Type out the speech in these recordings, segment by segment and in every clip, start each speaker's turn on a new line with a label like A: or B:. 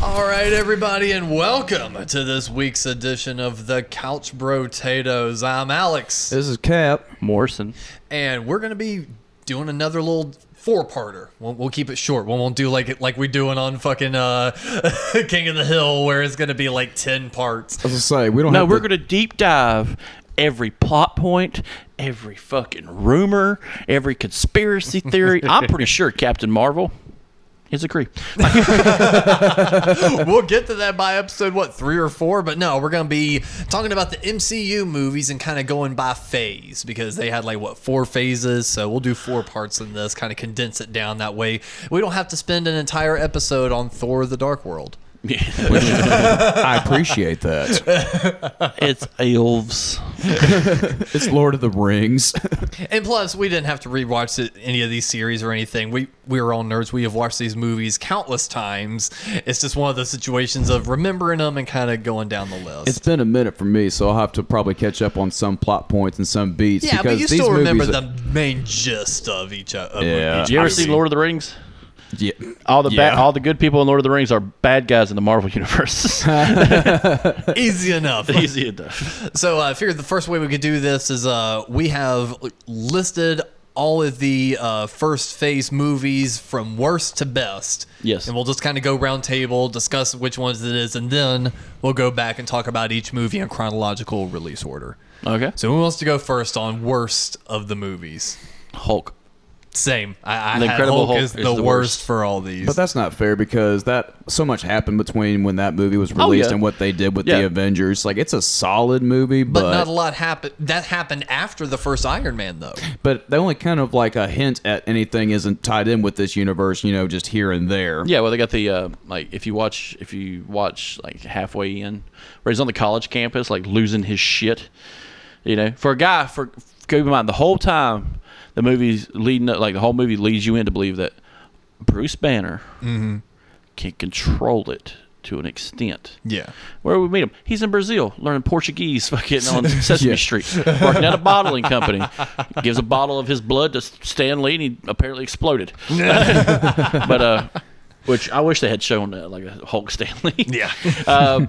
A: All right, everybody, and welcome to this week's edition of the Couch Brotatoes. I'm Alex,
B: This is Cap.
C: Morrison.
A: and we're gonna be doing another little four-parter. We'll, we'll keep it short. We won't do like it like we doing on fucking uh, King of the Hill, where it's gonna be like ten parts.
B: I was gonna say we don't.
C: No,
B: have
C: we're
B: to,
C: going to deep dive every plot point, every fucking rumor, every conspiracy theory. I'm pretty sure Captain Marvel is a creep.
A: we'll get to that by episode what three or four but no we're gonna be talking about the mcu movies and kind of going by phase because they had like what four phases so we'll do four parts in this kind of condense it down that way we don't have to spend an entire episode on thor the dark world
B: I appreciate that.
C: it's elves.
B: It's Lord of the Rings.
A: and plus we didn't have to rewatch it, any of these series or anything we we were all nerds we have watched these movies countless times it's just one of those situations of remembering them and kind of going down the list
B: it's been a minute for me, so I'll have to probably catch up on some plot points and some beats.
A: yeah,
B: because
A: but you
B: these
A: still remember
B: movies
A: the main gist of each other.
B: Yeah.
C: Did you ever see Lord of the Rings?
B: Yeah,
C: All the
B: Yeah.
C: ba- all the good people in Lord of the Rings are bad guys in the Marvel universe.
A: Easy enough.
C: Easy enough.
A: So uh, I figured the first way we could do this is uh, we have listed all of the uh, first phase movies from worst to best.
C: Yes.
A: And we'll just kind of go round table, discuss which ones it is, and then we'll go back and talk about each movie in chronological release order.
C: Okay.
A: So who wants to go first on worst of the movies?
C: Hulk.
A: Same. I, I
C: The
A: had
C: Incredible
A: Hulk,
C: Hulk
A: is, the, worst.
C: worst.
A: for all these.
B: but that's not fair because that so much happened between when that movie
A: Oh,
B: was released
C: yeah.
B: and what they did with
C: Yeah.
B: the Avengers. Like it's a solid movie, but
A: but not a lot happened. That happened after the first Iron Man, though.
B: but the only kind of like a hint at anything isn't tied in with this universe. You know, just here and there.
C: Yeah, well, they got the uh, like if you watch if you watch like halfway in, where he's on the college campus, like losing his shit. You know, for a guy, for keep in mind the whole time the movie's leading up, like the whole movie leads you in to believe that Bruce Banner can control it to an extent.
A: Yeah.
C: Where we meet him? He's in Brazil, learning Portuguese, fucking on Sesame Street, working at a bottling company. Gives a bottle of his blood to Stan Lee, and he apparently exploded. but uh, which I wish they had shown uh, like a Hulk Stanley.
A: Yeah.
C: Um,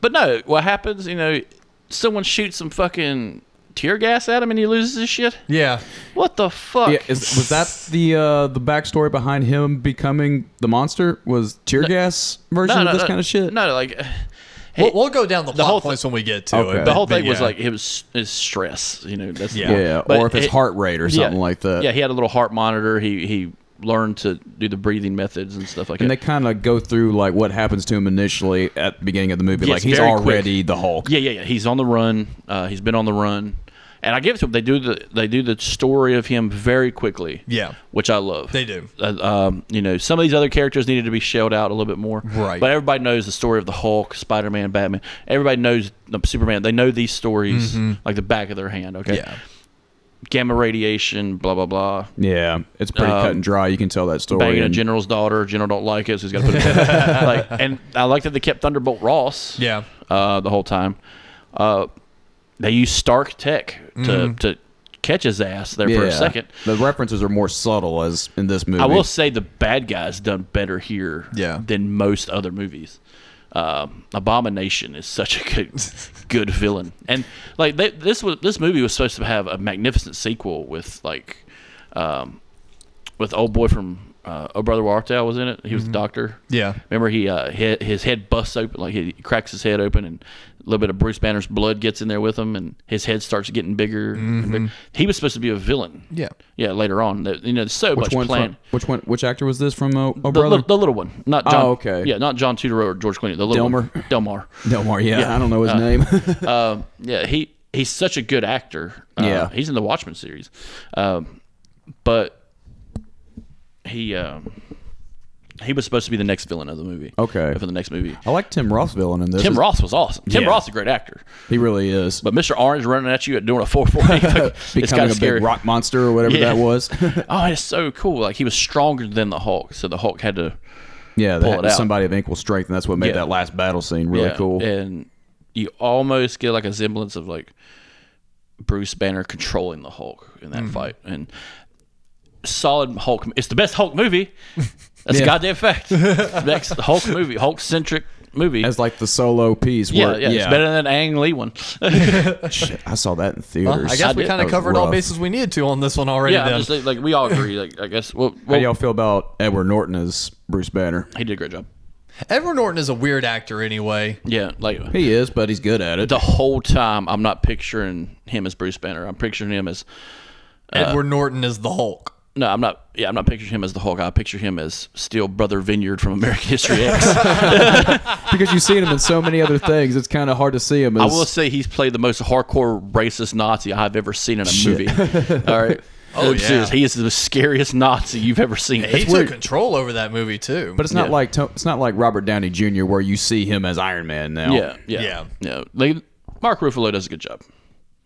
C: but no, what happens? You know, someone shoots some fucking tear gas at him, and he loses his shit.
A: Yeah.
C: What the fuck?
B: Yeah, is, was that the uh, the backstory behind him becoming the monster? Was tear gas version of this kind of shit?
C: No, like. uh,
A: We'll, we'll go down the, plot
C: whole thi-
A: points when we get to
B: Okay.
A: it.
C: the
A: but-
C: whole
A: but
C: thing was
A: yeah.
C: like it was his stress, you know. That's
A: Yeah.
B: Yeah,
C: But
B: or if his
C: it-
B: heart rate or something
C: yeah.
B: like that.
C: Yeah, he had a little heart monitor. He he learned to do the breathing methods and stuff like
B: And they
C: that.
B: kind of go through like what happens to him initially at the beginning of the movie.
C: Yeah,
B: like
C: it's
B: he's
C: very
B: already
C: quick.
B: the Hulk.
C: yeah, yeah, yeah. He's on the run. Uh, he's been on the run, and I give it to him. They do the they do the story of him very quickly.
A: Yeah.
C: which I love.
A: They do.
C: Uh, um, you know, some of these other characters needed to be shelled out a little bit more.
A: Right.
C: But everybody knows the story of the Hulk, Spider Man, Batman. Everybody knows the Superman. They know these stories like the back of their hand. Okay.
A: yeah.
C: Gamma radiation, blah blah blah.
B: Yeah, it's pretty cut and dry. You can tell that story.
C: Um, banging a
B: and-
C: general's daughter. General don't like it, so he's got to put it. down. like, and I like that they kept Thunderbolt Ross.
A: Yeah.
C: Uh, the whole time, uh, they used Stark Tech to to catch his ass there for
B: Yeah.
C: a second.
B: the references are more subtle as in this movie.
C: I will say the bad guys done better here
A: Yeah.
C: than most other movies. Um, Abomination is such a good, good villain, and like they, this was this movie was supposed to have a magnificent sequel with like, um, with old boy from uh, Oh Brother Where Art Thou was in it. He was the doctor.
A: Yeah.
C: Remember he uh, he- his head busts open, like he cracks his head open, and a little bit of Bruce Banner's blood gets in there with him, and his head starts getting bigger. and bigger. He was supposed to be a villain.
A: Mm-hmm. Yeah.
C: yeah. Later on, There- you know, there's so
B: which
C: much
B: one?
C: plan.
B: From, which one? Which actor was this from? Oh, oh
C: the,
B: brother.
C: little, the little one, not John.
B: Oh, okay.
C: Yeah, not John Tudor or George Clooney. The little
B: Delmer?
C: one. Delmar.
B: Delmar. Yeah, I don't know his name.
C: Um, yeah, he he's such a good actor. Uh,
B: Yeah.
C: he's in the Watchmen series, um, but he um, he was supposed to be the next villain of the movie.
B: Okay.
C: for the next movie,
B: I like Tim Roth's villain in this.
C: Tim Roth was awesome. Tim
B: Yeah.
C: Roth's a great actor,
B: He really is.
C: but Mr. Orange running at you at doing a four forty, it's
B: Becoming
C: kind
B: a
C: of scary.
B: big rock monster or whatever
C: Yeah.
B: that was.
C: Oh, it's so cool! Like he was stronger than the Hulk, so the Hulk had to
B: yeah,
C: Pull
B: that
C: it out.
B: somebody of equal strength, and that's what made
C: Yeah.
B: that last battle scene really
C: Yeah,
B: cool.
C: And you almost get like a semblance of like Bruce Banner controlling the Hulk in that
B: Mm-hmm.
C: fight. And solid Hulk. It's the best Hulk movie. That's a
B: Yeah.
C: goddamn fact. It's the Next Hulk movie, Hulk centric movie.
B: As like the solo piece.
C: yeah,
B: where,
C: yeah, it's better than Ang Lee one.
B: Shit, I saw that in theaters.
A: I
C: I
A: guess we
C: did-
A: kind of
B: that was
A: covered all
B: rough.
A: bases we needed to on this one already.
C: yeah,
A: then.
C: I'm just like, like, we all agree. Like I guess well,
B: How
C: well,
B: y'all feel about Edward Norton as Bruce Banner?
C: he did a great job.
A: Edward Norton is a weird actor anyway.
C: Yeah, like
B: He is, but he's good at it.
C: the whole time I'm not picturing him as Bruce Banner. I'm picturing him as
A: Edward Norton is the Hulk.
C: No, I'm not. Yeah, I'm not picturing him as the Hulk. I picture him as Steel Brother Vineyard from American History X. I
B: because you've seen him in so many other things, it's kind of hard to see him as.
C: will say he's played the most hardcore racist Nazi I've ever seen in a
B: Shit.
C: movie. All right. Oh
A: yeah.
C: he is the scariest Nazi you've ever seen.
A: He
C: It's
A: took
C: weird.
A: control over that movie too.
B: but it's not
C: yeah.
B: like To- it's not like Robert Downey Jr. where you see him as Iron Man now.
C: Yeah, yeah,
A: Yeah.
C: yeah. Like, Mark Ruffalo does a good job.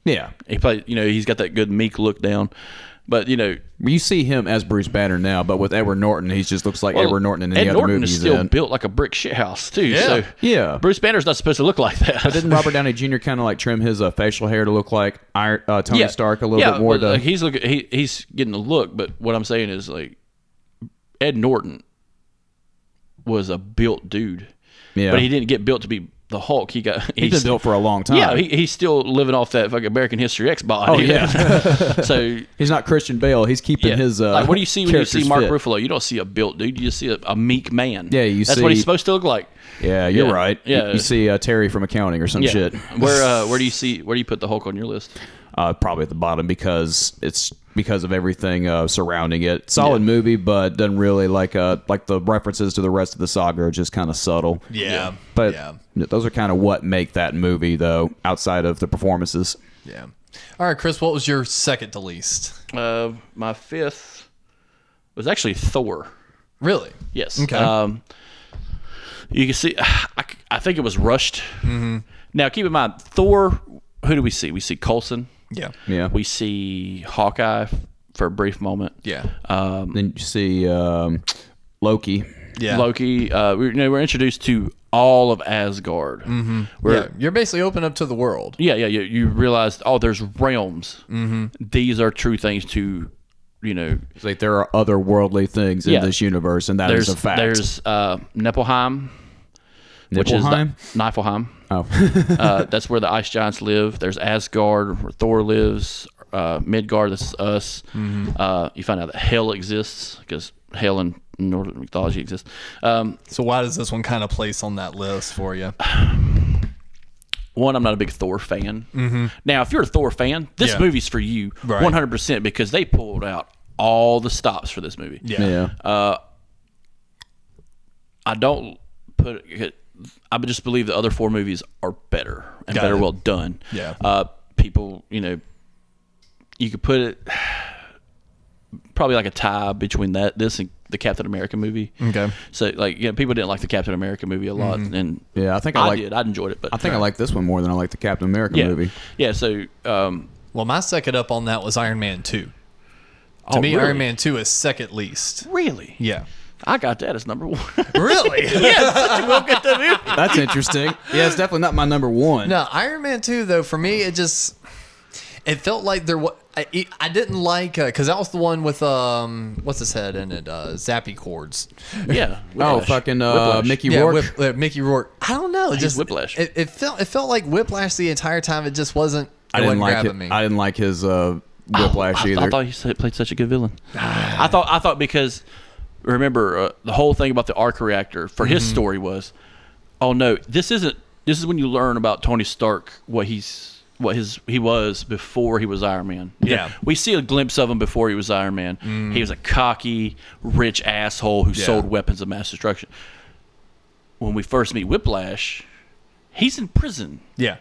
B: yeah.
C: He played. You know, he's got that good meek look down. But you know,
B: You see him as Bruce Banner now, but with Edward Norton, he just looks like
C: well,
B: Edward Norton in the
C: Ed
B: other
C: Norton
B: movies.
C: is still
B: in.
C: built like a brick shit house too.
A: Yeah.
C: So
B: Yeah.
C: Bruce Banner's not supposed to look like that.
B: But didn't Robert Downey Jr. kind of like trim his uh, facial hair to look like Iron, uh, Tony Stark a little
C: yeah,
B: bit more?
C: but,
B: to-
C: like, he's looking. He, he's getting the look, but what I'm saying is like Ed Norton was a built dude,
B: yeah,
C: but he didn't get built to be the Hulk. He got
B: He's been built for a long time.
C: Yeah, he, he's still living off that fucking American History X body.
B: Oh, yeah.
C: so
B: he's not Christian Bale. He's keeping
C: yeah.
B: his. Uh,
C: like, what do you see when you see
B: characters
C: Mark
B: fit.
C: Ruffalo? You don't see a built dude. You just see a, a meek man.
B: Yeah, you
C: That's what
B: see-
C: he's supposed to look like.
B: Yeah, you're
C: Yeah.
B: right. You-
C: Yeah.
B: you, see uh, Terry from accounting or some
C: Yeah.
B: shit.
C: Where uh, where do you see where do you put the Hulk on your list?
B: uh, probably at the bottom because it's because of everything uh, surrounding it. Solid movie, but doesn't really like uh like the references to the rest of the saga are just kind of subtle.
A: yeah,
B: But
A: yeah,
B: those are kind of what make that movie though. Outside of the performances,
A: yeah. All right, Chris, what was your second to least?
C: Uh, my fifth was actually Thor.
A: Really?
C: Yes.
A: Okay.
C: Um, you can see, I, c- I think it was rushed. Now, keep in mind, Thor, who do we see? We see Colson.
A: Yeah.
B: yeah.
C: We see Hawkeye f- for a brief moment.
A: Yeah.
C: Uh,
B: then you see um, Loki.
A: Yeah.
C: Loki, uh, we, you know, we're introduced to all of Asgard. Mm-hmm. We're,
A: yeah. You're basically open up to the world.
C: yeah, yeah, you, you realize, oh, there's realms. Mm-hmm. These are true things to, you know,
B: It's like there are otherworldly things
C: Yeah.
B: in this universe, and that is
C: there's
B: a fact.
C: there's uh, Nipelheim, which is the,
B: Niflheim?
C: Niflheim.
B: oh.
C: uh, that's where the ice giants live. There's Asgard, where Thor lives. Uh, Midgard, that's us.
A: Mm-hmm.
C: Uh, you find out that hell exists because hell in Northern mythology exists. Um,
A: So why does this one kind of place on that list for you?
C: one, I'm not a big Thor fan. Now, if you're a Thor fan, this
A: Mm-hmm. Yeah.
C: movie's for you
A: Right.
C: 100% because they pulled out all the stops for this movie.
A: Yeah.
B: yeah.
C: I don't put. I just believe the other four movies are better and
A: Got
C: better
A: it.
C: well done.
A: Yeah.
C: Uh, people, you know, you could put it probably like a tie between that this and the Captain America movie.
A: Okay.
C: So like, you know, people didn't like the Captain America movie a lot, and
B: Mm-hmm. Yeah, I think I like-
C: did. I enjoyed it, but
B: I think I like this one more than I like the Captain America
C: yeah,
B: movie.
C: yeah. So um,
A: Well, my second up on that was Iron Man 2. To
C: oh,
A: me,
C: really?
A: Iron Man 2 is second least.
C: Really?
A: Yeah.
C: I got that as number one.
A: Really?
B: That's interesting. yeah, it's definitely not my number one.
A: No, Iron Man 2, though, for me, it just. It felt like there was. I, it- I didn't like because that was the one with um what's his head in it uh zappy cords
C: yeah.
B: Oh,
C: Whiplash.
B: fucking uh,
C: Whiplash.
B: Mickey
A: yeah
B: Rourke.
A: Whip, uh, Mickey Rourke I don't know just
C: Whiplash.
A: it, it felt it felt like Whiplash the entire time it just wasn't
B: I
A: it
B: didn't
A: wasn't
B: like
A: grabbing
B: it.
A: me
B: I didn't like his uh, whiplash
C: Oh, I,
B: either.
C: I thought he said- played such a good villain. I thought I thought because remember uh, the whole thing about the arc reactor for his story was, oh no, this isn't. This is when you learn about Tony Stark what he's what his he was before he was Iron Man. You
A: Yeah.
C: we see a glimpse of him before he was Iron Man. He was a cocky, rich asshole who sold weapons of mass destruction. When we first meet Whiplash, he's in prison
A: yeah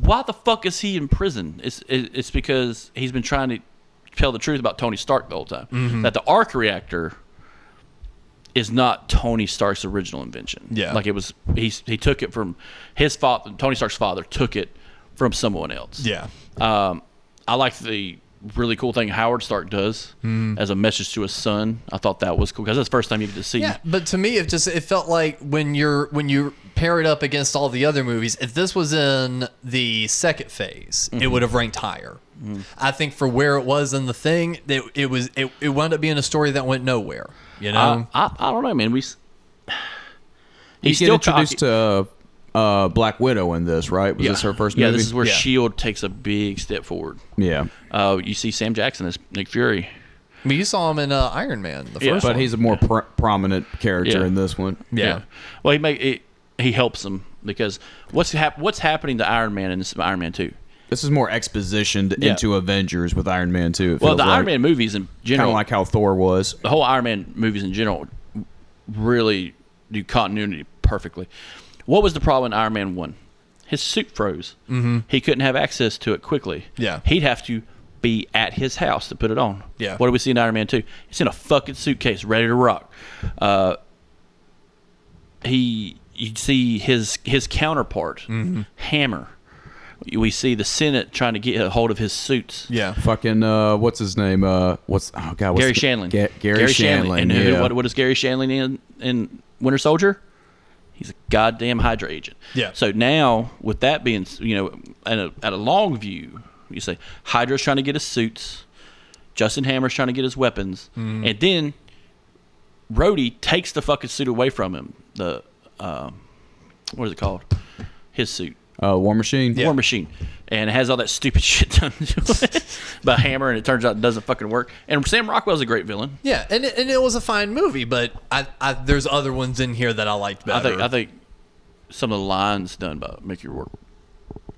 C: why the fuck is he in prison? It's it, it's because he's been trying to tell the truth about Tony Stark the whole time.
B: Mm-hmm.
C: That the arc reactor is not Tony Stark's original invention.
A: Yeah.
C: like it was he he took it from his father. Tony Stark's father took it from someone else.
A: Yeah.
C: Um, I like the really cool thing Howard Stark does
B: Mm-hmm.
C: as a message to his son. I thought that was cool because that's the first time you get to see.
A: Yeah, but to me, it just it felt like when you're when you pair it up against all the other movies, if this was in the second phase, it
C: Mm-hmm.
A: would have ranked higher. I think for where it was in the thing, it, it was it, it wound up being a story that went nowhere. You know,
C: I, I, I don't know, man. We s-
B: He's getting introduced
C: cocky.
B: to uh, uh, Black Widow in this, right? Was this her first
C: Yeah,
B: movie?
C: this is where
A: Yeah.
C: Shield E takes a big step forward.
B: yeah.
C: Uh, you see Sam Jackson as Nick Fury.
A: I mean, you saw him in uh, Iron Man, the
C: Yeah.
A: first
B: But
A: one.
B: he's a more pr- prominent character
C: Yeah.
B: in this one.
A: Yeah.
C: Well, he make it, he helps him because what's hap- what's happening to Iron Man in this Iron Man two?
B: This is more expositioned
C: Yeah.
B: into Avengers with Iron Man 2.
C: Well, the Iron Man movies in
B: Kind
C: general,
B: of like how Thor was.
C: the whole Iron Man movies in general, really do continuity perfectly. What was the problem in Iron Man one? His suit froze. Mm-hmm. He couldn't have access to it quickly.
A: Yeah.
C: He'd have to be at his house to put it on.
A: Yeah.
C: What do we see in Iron Man two? It's in a fucking suitcase, ready to rock. Uh, he you see his his counterpart
A: Mm-hmm.
C: hammer we see the senate trying to get a hold of his suits
A: yeah,
B: Fucking, uh, what's his name? Uh, what's, oh God, what's
C: gary
B: the-
C: shanley
B: Ga- Gary, Shanley.
C: and who,
B: yeah.
C: what, what is gary shanley in in winter soldier he's a goddamn hydra agent
A: Yeah.
C: so now with that being you know at a, at a long view you say hydra's trying to get his suits justin hammer's trying to get his weapons and then Rhodey takes the fucking suit away from him the um, what is it called his suit
B: uh, War Machine?
C: War Machine, and it has all that stupid shit done to it by Hammer, and it turns out it doesn't fucking work. And Sam Rockwell's a great villain.
A: yeah, and it, and it was a fine movie, but I, I there's other ones in here that I liked
C: I
A: better.
C: think I think some of the lines done by Mickey Rourke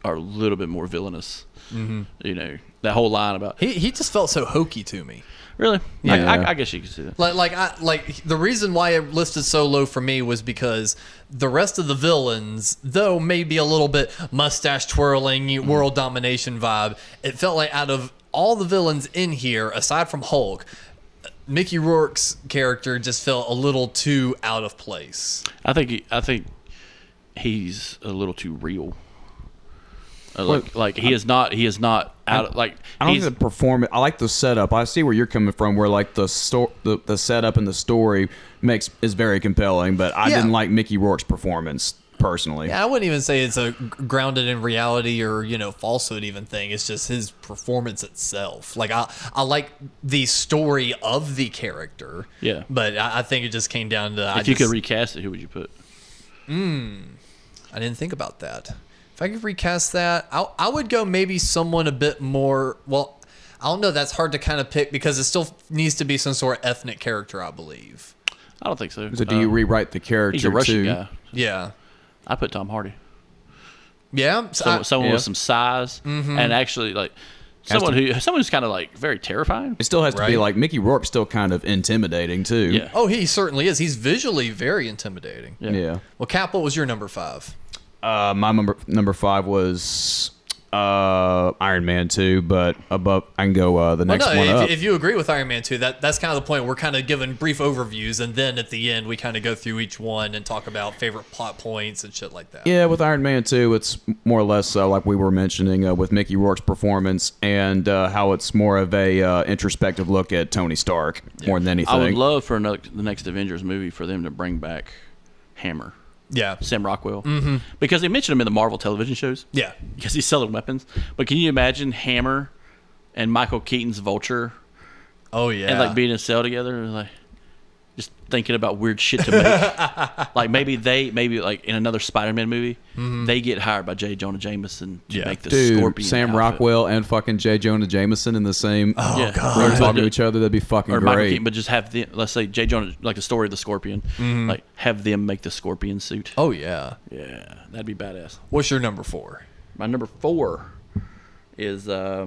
C: are a little bit more villainous. Mm-hmm. You know that whole line about
A: he he just felt so hokey to me.
C: really. I,
B: Yeah.
C: I, I guess you could see that.
A: Like, like, I, like the reason why it listed so low for me was because the rest of the villains, though maybe a little bit mustache twirling, world domination vibe, it felt like out of all the villains in here, aside from Hulk, Mickey Rourke's character just felt a little too out of place.
C: I think he, I think he's a little too real. Uh,
B: Well,
C: like like he is not he is not out of like
B: I don't
C: he's,
B: think the performance. I like the setup. I see where you're coming from. Where like the sto- the, the setup and the story makes is very compelling. But I
A: Yeah.
B: didn't like Mickey Rourke's performance personally.
A: Yeah, I wouldn't even say it's a g- grounded in reality or you know falsehood even thing. It's just his performance itself. Like I, I like the story of the character.
C: Yeah.
A: but I, I think it just came down to I,
C: if you
A: just-
C: could recast it, who would you put?
A: I didn't think about that. If I could recast that, I I would go maybe someone a bit more. Well, I don't know. That's hard to kind of pick because it still needs to be some sort of ethnic character, I believe.
C: I don't think so.
B: So do you
C: Um,
B: rewrite the character?
C: he's a Russian
B: too?
C: guy.
A: Yeah,
C: I put Tom Hardy.
A: yeah. So
C: someone,
A: I-
C: someone
B: yeah.
C: with some size and actually like someone who someone who's kind of like very terrifying.
B: It still has to be
A: Right.
B: like Mickey Rourke's still kind of intimidating too.
C: Yeah.
A: oh, he certainly is. He's visually very intimidating.
C: Yeah.
B: Yeah.
A: Well, Cap, what was your number five?
B: Uh, my number number five was uh, Iron Man two, but above I can go uh,
C: Oh,
B: the
A: Well,
B: next
A: Oh, no,
B: one
A: if,
B: up.
A: if you agree with Iron Man 2, that, that's kind of the point. We're kind of giving brief overviews, and then at the end, we kind of go through each one and talk about favorite plot points and shit like that.
B: Yeah, with Iron Man 2, it's more or less uh, like we were mentioning uh, with Mickey Rourke's performance and uh, how it's more of a uh, introspective look at Tony Stark more than anything.
C: I would love for another, the next Avengers movie for them to bring back Hammer,
A: Yeah.
C: Sam Rockwell, mm-hmm. because they mentioned him in the Marvel television shows.
A: Yeah.
C: because he's selling weapons. But can you imagine Hammer and Michael Keaton's Vulture
A: Oh, yeah.
C: and like being in a cell together and like just thinking about weird shit to make. like maybe they maybe like in another Spider-Man movie they get hired by J. Jonah Jameson to
A: Mm-hmm. Yeah.
C: make the
B: Dude,
C: Scorpion.
B: Sam
C: outfit. Oh,
B: Rockwell and fucking J. Jonah Jameson in the same
A: Oh,
C: Yeah. God.
B: room talking to
C: Or-
B: each other, that'd be fucking
C: or Michael
B: great.
C: Keaton, but just have the let's say Jay Jonah like the story of the Scorpion, like have them make the Scorpion suit.
A: Mm-hmm. oh, yeah.
C: Yeah, that'd be badass.
A: What's your number four?
C: My number four is uh,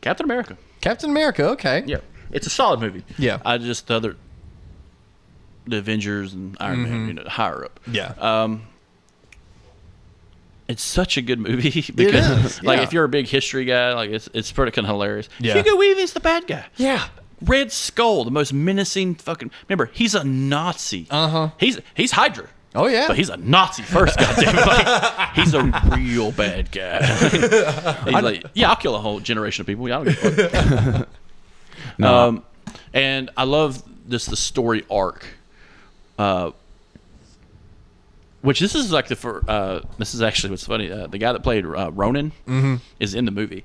C: Captain America.
A: Captain America. Okay.
C: Yeah, it's a solid movie.
A: Yeah.
C: I just the other
A: Mm-hmm.
C: Uh, the Avengers and Iron Man, you know, higher up.
A: Yeah.
C: Um, it's such a good movie because
A: is,
C: like
A: yeah.
C: if you're a big history guy, like it's it's pretty kind of hilarious.
A: Yeah.
C: Hugo Weaving's the bad guy.
A: Yeah.
C: Red Skull, the most menacing fucking. Remember, he's a Nazi. Uh huh. He's he's Hydra.
A: Uh-huh. Oh, yeah.
C: But he's a Nazi first, goddamn. Like, he's a real bad guy. he's like, yeah, I'll kill a whole generation of people. Yeah, I don't give a fuck. Um, and I love this the story arc, uh, which this is like the for uh, this is actually what's funny. Uh, the guy that played uh, Ronan
A: Mm-hmm.
C: is in the movie.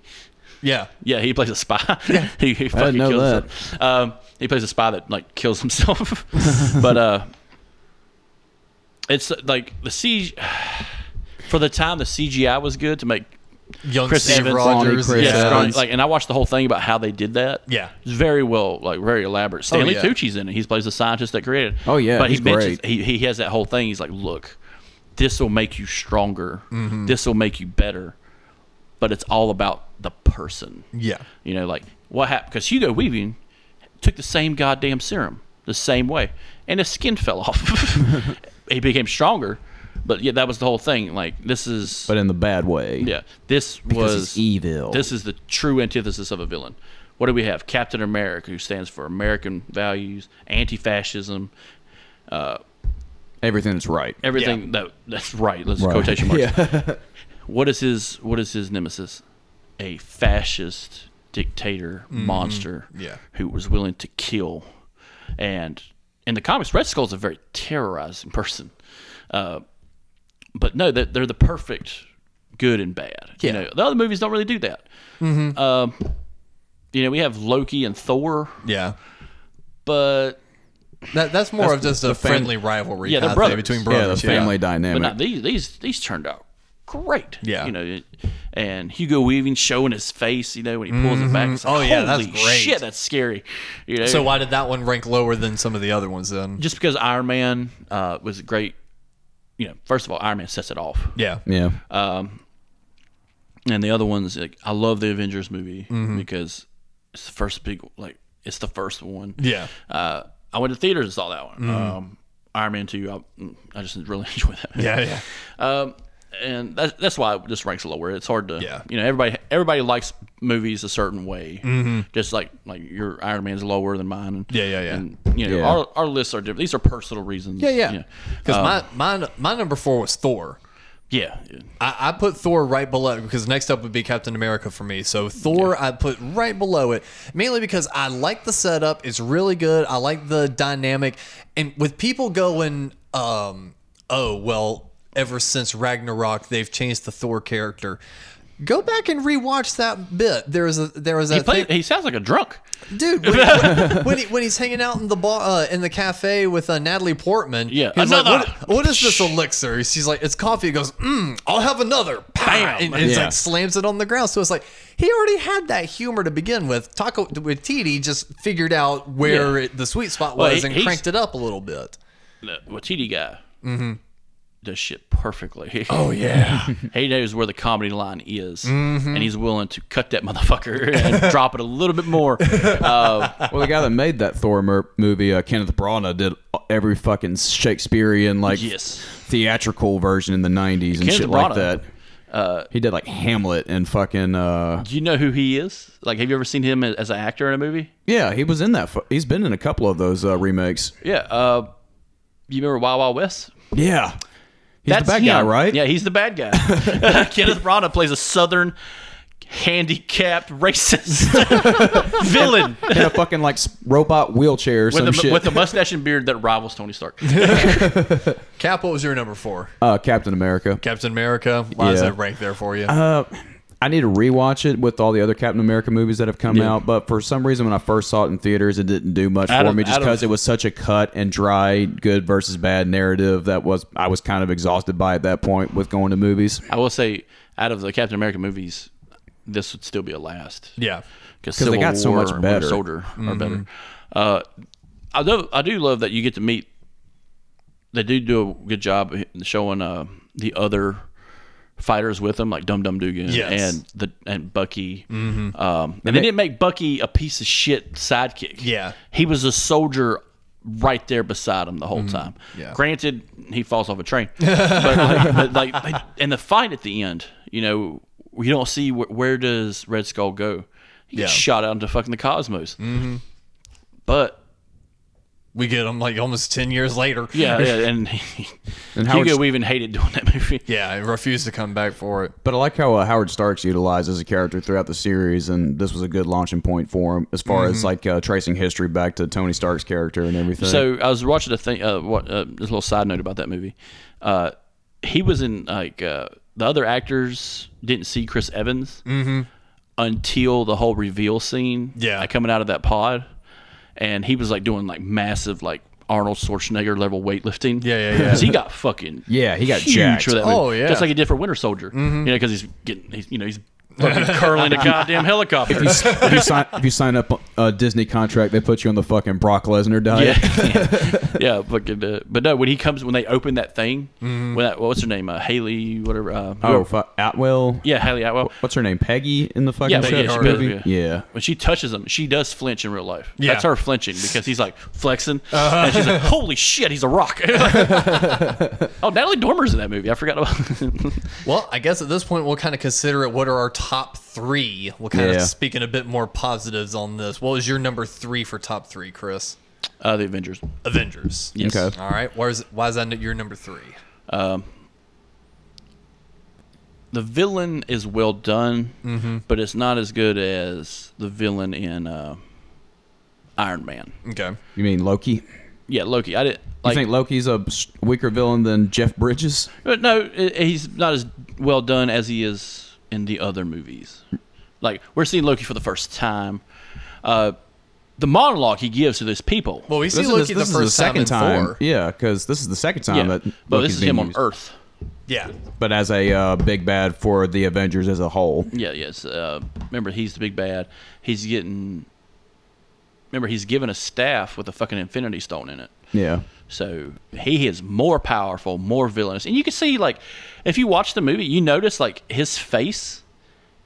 A: Yeah.
C: Yeah, he plays a spy. he, he fucking
B: know
C: kills
B: that.
C: himself. Um, he plays a spy that like kills himself. but uh, it's like the siege for the time the CGI was good to make
A: Young
C: Chris
A: Steve
C: Evans,
A: Rogers.
B: Ronnie Chris
C: yeah,
A: yeah.
C: strong- like, and I watched the whole thing about how they did that.
A: Yeah. Oh,
C: it's very well, like very elaborate. Stanley
A: yeah.
C: Tucci's in it. He plays the scientist that created. it.
B: Oh, yeah,
C: but
B: he's
C: he mentions
B: great.
C: he he has that whole thing. He's like, look, this will make you stronger.
A: Mm-hmm.
C: This will make you better. But it's all about the person.
A: Yeah.
C: You know, like what happened? Because Hugo Weaving took the same goddamn serum the same way, and his skin fell off. he became stronger, but yeah, that was the whole thing. Like this is,
B: but in the bad way.
C: yeah, this
B: Because
C: was
B: he's evil.
C: This is the true antithesis of a villain. What do we have? Captain America, who stands for American values, anti-fascism,
B: Everything that's right.
C: everything that that's right. Let's
B: Right.
C: quotation marks. what is his What is his nemesis? A fascist dictator monster
A: Mm-hmm. yeah.
C: who was willing to kill. And in the comics, Red Skull's a very terrorizing person. Uh, but no, they're, they're the perfect good and bad.
A: Yeah. Mm-hmm.
C: You know, the other movies don't really do that. Um, you know, we have Loki and Thor,
A: Yeah.
C: but
A: That, that's more of just a friendly rivalry
C: Yeah,
A: kind
C: they're
A: of thing
C: brothers.
A: between
B: Yeah, the
A: brothers.
B: family
C: But
B: dynamic.
C: no, these these these turned out great.
A: Yeah.
C: you know, it- and Hugo Weaving showing his face, you know, when he pulls it back. It's like,
A: Oh, yeah, that's
C: "Holy
A: great."
C: Shit, that's scary. You know,
A: So why did that one rank lower than some of the other ones then?
C: just because Iron Man uh, was great, you know, first of all, Iron Man sets it off,
A: Yeah.
B: yeah.
C: and the other ones, like, I love the Avengers movie
A: Mm-hmm.
C: because it's the first big, like, it's the first one.
A: Yeah. Mm-hmm.
C: uh, I went to theaters and saw that one. Um, Iron Man two, I, I just really enjoy that.
A: Yeah, yeah.
C: Um, and that's that's why it just ranks lower. It's hard to,
A: Yeah.
C: you know, everybody everybody likes movies a certain way. Just like like your Iron Man's lower than mine. And,
A: Mm-hmm. Yeah, yeah, yeah.
C: And you know,
B: Yeah.
C: our our lists are different. These are personal reasons.
A: Yeah, yeah.
C: you know.
A: Because my, my, my number four was Thor.
C: yeah, yeah.
A: I, I put Thor right below because next up would be Captain America for me. So Thor, I put right below it mainly because I like the setup. It's really good. I like the dynamic, and with people going, um, oh well, ever since Ragnarok, they've changed the Thor character. Go back and rewatch that bit. There was a there was a
C: He, played, he sounds like a drunk.
A: dude when, when, when he, when he's hanging out in the bar uh, in the cafe with uh, Natalie Portman.
C: Yeah,
A: he's like,
C: another.
A: what, what is this elixir? She's like, it's coffee. He goes, mm, I'll have another. Bam,
C: Bam.
A: and it's
B: Yeah.
A: like slams it on the ground. So it's like he already had that humor to begin with. Taco with Titi just figured out where
C: Yeah.
A: it, the sweet spot
C: Well,
A: was
C: he-
A: and
C: he's-
A: cranked it up a little bit.
C: The Watiti guy does shit perfectly.
A: Mm-hmm. Oh, yeah, Mm-hmm.
C: He knows where the comedy line is, and he's willing to cut that motherfucker and drop it a little bit more.
B: Well, the guy that made that Thor mer- movie, uh, Kenneth Branagh, did every fucking Shakespearean like
C: Yes.
B: theatrical version in the '90s and
C: Kenneth
B: shit like
C: Branagh, uh,
B: that. he did like Hamlet and fucking uh,
C: Do you know who he is? Like, have you ever seen him as an actor in a movie?
B: yeah. He was in that. Fu- he's been in a couple of those uh, remakes.
C: Yeah. Uh, you remember Wild Wild West?
B: Yeah, he's the bad guy,
C: him.
B: right?
C: Yeah, he's the bad guy. Kenneth Branagh plays a southern handicapped racist villain
B: in a fucking like s- robot wheelchair or
C: with
B: some
C: a,
B: shit.
C: with a mustache and beard that rivals Tony Stark.
A: Cap, what was your number four?
B: uh, Captain America.
A: Captain America. Why is
B: Yeah. Uh,
A: that ranked there for you?
B: I need to rewatch it with all the other Captain America movies that have come out, but for some reason, when I first saw it in theaters, it didn't do much
C: Out
B: for
C: of-
B: me, just
C: out of-
B: because it was such a cut and dry, good versus bad narrative that was I was kind of exhausted by at that point with going to movies.
C: I will say, out of the Captain America movies, this would still be a last.
A: yeah,
C: because
B: they
C: Civil
B: got
C: War
B: so much
C: and Winter
B: better. Mm-hmm.
C: Soldier are better. Uh, I do I do love that you get to meet. They do do a good job showing uh, the other fighters with them, like Dum Dum Dugan
A: Yes.
C: and the and Bucky.
B: Mm-hmm.
C: Um, and they didn't make Bucky a piece of shit sidekick.
A: Yeah.
C: he was a soldier right there beside him the whole time.
A: Mm-hmm. yeah.
C: Granted, he falls off a train, but like, but like they- and the fight at the end, you know, we don't see wh- where does Red Skull go. He gets
A: Yeah.
C: shot out into fucking the cosmos. Mm-hmm. But
A: We get them like almost ten years later.
C: yeah, yeah and, he,
B: And Howard
C: Hugo
B: St-
C: even hated doing that movie.
A: yeah. I refuse to come back for it.
B: But I like how uh, Howard Stark's utilized as a character throughout the series, and this was a good launching point for him as far
C: Mm-hmm.
B: as like uh, tracing history back to Tony Stark's character and everything.
C: So I was watching a thing. Uh, what uh, this little side note about that movie? Uh, he was in like uh, the other actors didn't see Chris Evans until the whole reveal scene.
A: Mm-hmm. Yeah.
C: like, coming out of that pod, and he was like doing like massive like Arnold Schwarzenegger level weightlifting.
A: Yeah, yeah, yeah.
C: 'Cause he got fucking
B: Yeah, he got
C: huge
B: jacked.
C: for that.
A: Oh,
C: movie.
A: yeah. Mm-hmm.
C: just like he did for Winter Soldier. You know, because he's getting he's you know he's. Fucking curling a goddamn helicopter.
B: if, you sign, if you sign up a Disney contract, they put you on the fucking Brock Lesnar diet.
C: Yeah, yeah, fucking. Uh, but no, when he comes, when they open that thing, when that, what's her name, uh, Haley, whatever. Uh,
B: Mm-hmm. Oh, fu Atwell.
C: yeah, Haley Atwell.
B: What's her name? Peggy in the fucking
C: Yeah,
B: show,
C: Peggy
A: Carter.
B: movie.
C: Yeah.
B: yeah.
C: When she touches him, she does flinch in real life.
A: Yeah.
C: That's her flinching because he's like flexing,
B: Uh-huh.
C: and she's like, "Holy shit, he's a rock!" oh, Natalie Dormer's in that movie. I forgot about.
A: Well, I guess at this point we'll kind of consider it. What are our top three? We'll kind
B: Yeah.
A: of speaking a bit more positives on this. What was your number three for top three, Chris?
C: uh, the Avengers.
A: Avengers.
C: Yes.
B: Okay.
A: All right. Why is why is that your number three?
C: The villain is well done,
B: Mm-hmm.
C: but it's not as good as the villain in uh, Iron Man.
A: Okay.
B: You mean Loki?
C: Yeah, Loki. I didn't
B: you
C: like.
B: think Loki's a s- weaker villain than Jeff Bridges?
C: But no, i- he's not as well done as he is in the other movies. Like we're seeing Loki for the first time. Uh, the monologue he gives to those people.
A: Well, we see
B: is-
A: Loki
B: this
A: the
B: is
A: first time
B: second
A: in
B: time.
A: four.
B: Yeah, because this is the second time
C: yeah,
B: that.
C: but
B: Loki's
C: this is
B: being
C: him on
B: used.
C: Earth.
A: Yeah.
B: but as a uh, big bad for the Avengers as a whole.
C: Yeah, yes. Uh, remember, he's the big bad. He's getting. Remember, he's given a staff with a fucking Infinity Stone in it.
B: Yeah.
C: So he is more powerful, more villainous, and you can see like, if you watch the movie, you notice like his face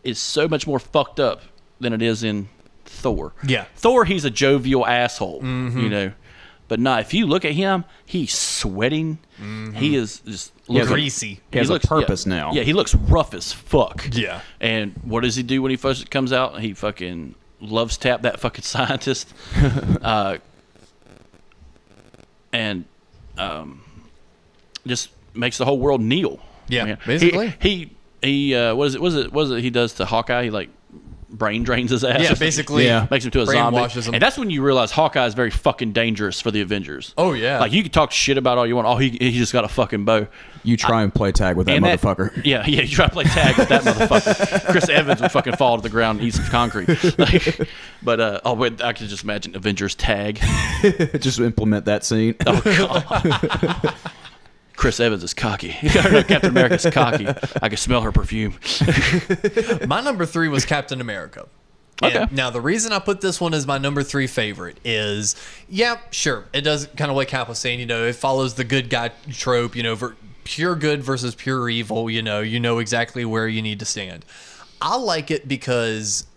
C: is so much more fucked up than it is in Thor.
A: Yeah.
C: Thor, he's a jovial asshole, you know. But nah, if you look at him, he's sweating. He is just looking,
A: Greasy.
B: He has a purpose
C: yeah,
B: now.
C: Yeah, he looks rough as fuck.
A: Yeah.
C: And what does he do when he first comes out? He fucking loves tap that fucking scientist. uh, and um, just makes the whole world kneel.
A: Yeah,
C: man.
A: basically.
C: He he, he uh, what is it? Was it was it he does to Hawkeye? He like brain drains his ass.
A: Yeah. Basically.
B: Yeah.
C: Makes him to a zombie,
A: Brainwashes him.
C: and that's when you realize Hawkeye is very fucking dangerous for the Avengers.
A: Oh, yeah.
C: like you can talk shit about all you want. Oh, he, he just got a fucking bow.
B: You try and play tag with that
C: And
B: motherfucker.
C: yeah, yeah. You try to play tag with that motherfucker. Chris Evans would fucking fall to the ground and eat some concrete. Like, but uh, oh, wait, I could just imagine Avengers tag.
B: Just implement that scene.
C: Oh god. Chris Evans is cocky. Captain America's cocky. I can smell her perfume.
A: My number three was Captain America.
C: Okay.
A: And now the reason I put this one as my number three favorite is, yeah, sure, it does kind of what Cap was saying. You know, it follows the good guy trope. You know, ver- pure good versus pure evil. You know, you know exactly where you need to stand. I like it because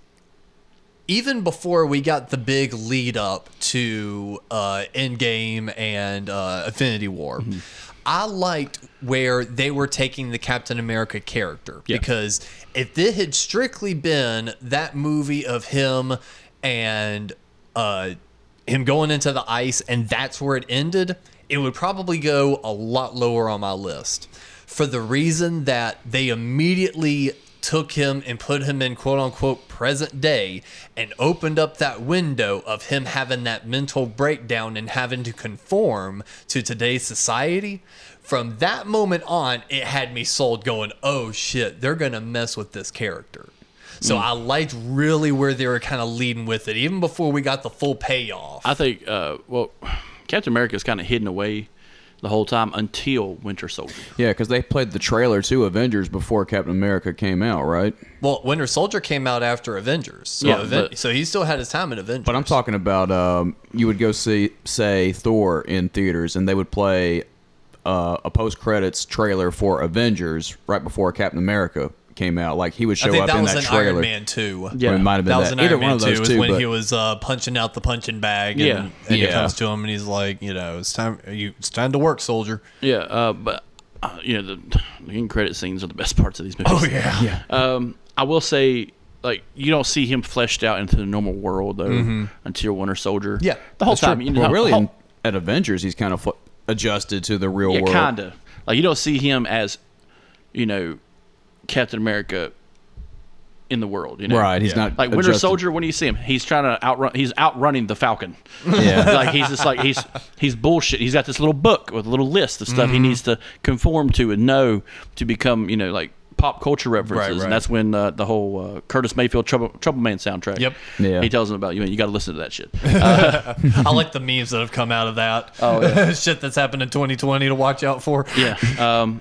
A: even before we got the big lead up to uh, Endgame and uh, Affinity War, I liked where they were taking the Captain America character because if it had strictly been that movie of him and uh, him going into the ice and that's where it ended, it would probably go a lot lower on my list for the reason that they immediately took him and put him in quote unquote present day and opened up that window of him having that mental breakdown and having to conform to today's society. From that moment on, it had me sold going, oh shit, they're going to mess with this character. So I liked really where they were kind of leading with it, even before we got the full payoff.
C: I think uh, well Captain America is kind of hidden away the whole time until Winter Soldier.
B: Yeah, because they played the trailer to Avengers before Captain America came out, right?
A: well, Winter Soldier came out after Avengers, so,
C: Yeah,
A: Aven-
C: but-
A: so he still had his time in Avengers.
B: But I'm talking about um, you would go see, say, Thor in theaters, and they would play uh, a post credits trailer for Avengers right before Captain America came out. Like he would
A: I
B: show
A: think
B: up
A: that
B: in
A: was
B: that
A: in
B: trailer.
A: Iron Man 2.
B: Or
C: Yeah.
B: it might have been
A: That
B: that.
A: was in
B: Either
A: Iron
B: one
A: Man
B: of
A: 2
B: those
A: is
B: two.
A: when
B: but-
A: he was uh, punching out the punching bag. And,
C: Yeah.
A: and it
B: Yeah.
A: comes to him and he's like, you know, it's time, you, it's time to work, soldier.
C: Yeah, uh, but uh, you know the, the end credit scenes are the best parts of these
B: Oh,
C: movies.
A: Oh, yeah. yeah.
C: Um, I will say, like, you don't see him fleshed out into the normal world though
B: Mm-hmm.
C: until Winter Soldier.
A: Yeah,
C: the whole
A: that's true.
C: time. You know,
B: well, really,
C: the
B: in,
C: whole-
B: at Avengers, he's kind of fl- adjusted to the real
C: yeah,
B: world.
C: kinda. Like, you don't see him as, you know, Captain America in the world. You know,
B: Right, he's
A: Yeah.
B: not
C: Like Winter
B: adjusted.
C: Soldier, when do you see him? He's trying to outrun. He's outrunning the Falcon.
B: Yeah,
C: like he's just like he's he's bullshit. He's got this little book with a little list of stuff he needs to conform to and know to become you know like pop culture references.
A: right.
C: And that's when uh, the whole uh, Curtis Mayfield Trouble Trouble Man soundtrack.
A: Yep.
B: Yeah.
C: He tells him about you. You got to listen to that shit.
A: I like the memes that have come out of that. Oh, yeah. Shit that's happened in 2020 to watch out for.
C: yeah. Um,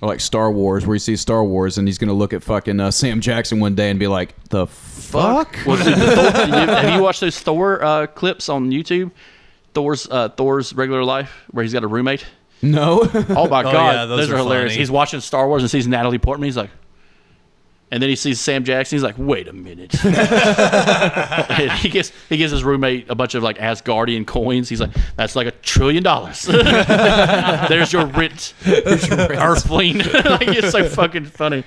B: Or like Star Wars, where you see Star Wars, and he's gonna look at fucking uh, Sam Jackson one day and be like, "The fuck."
C: well, dude, the Thor- you- have you watched those Thor uh, clips on YouTube? Thor's uh, Thor's regular life where he's got a roommate.
B: No.
C: Oh my god,
A: yeah,
C: those,
A: those
C: are,
A: are
C: hilarious.
A: funny.
C: He's watching Star Wars and sees Natalie Portman. He's like, and then he sees Sam Jackson. He's like, wait a minute. And he gives he gives his roommate a bunch of like Asgardian coins. He's like, that's like a trillion dollars. There's your rent, Earthling. like it's so fucking funny.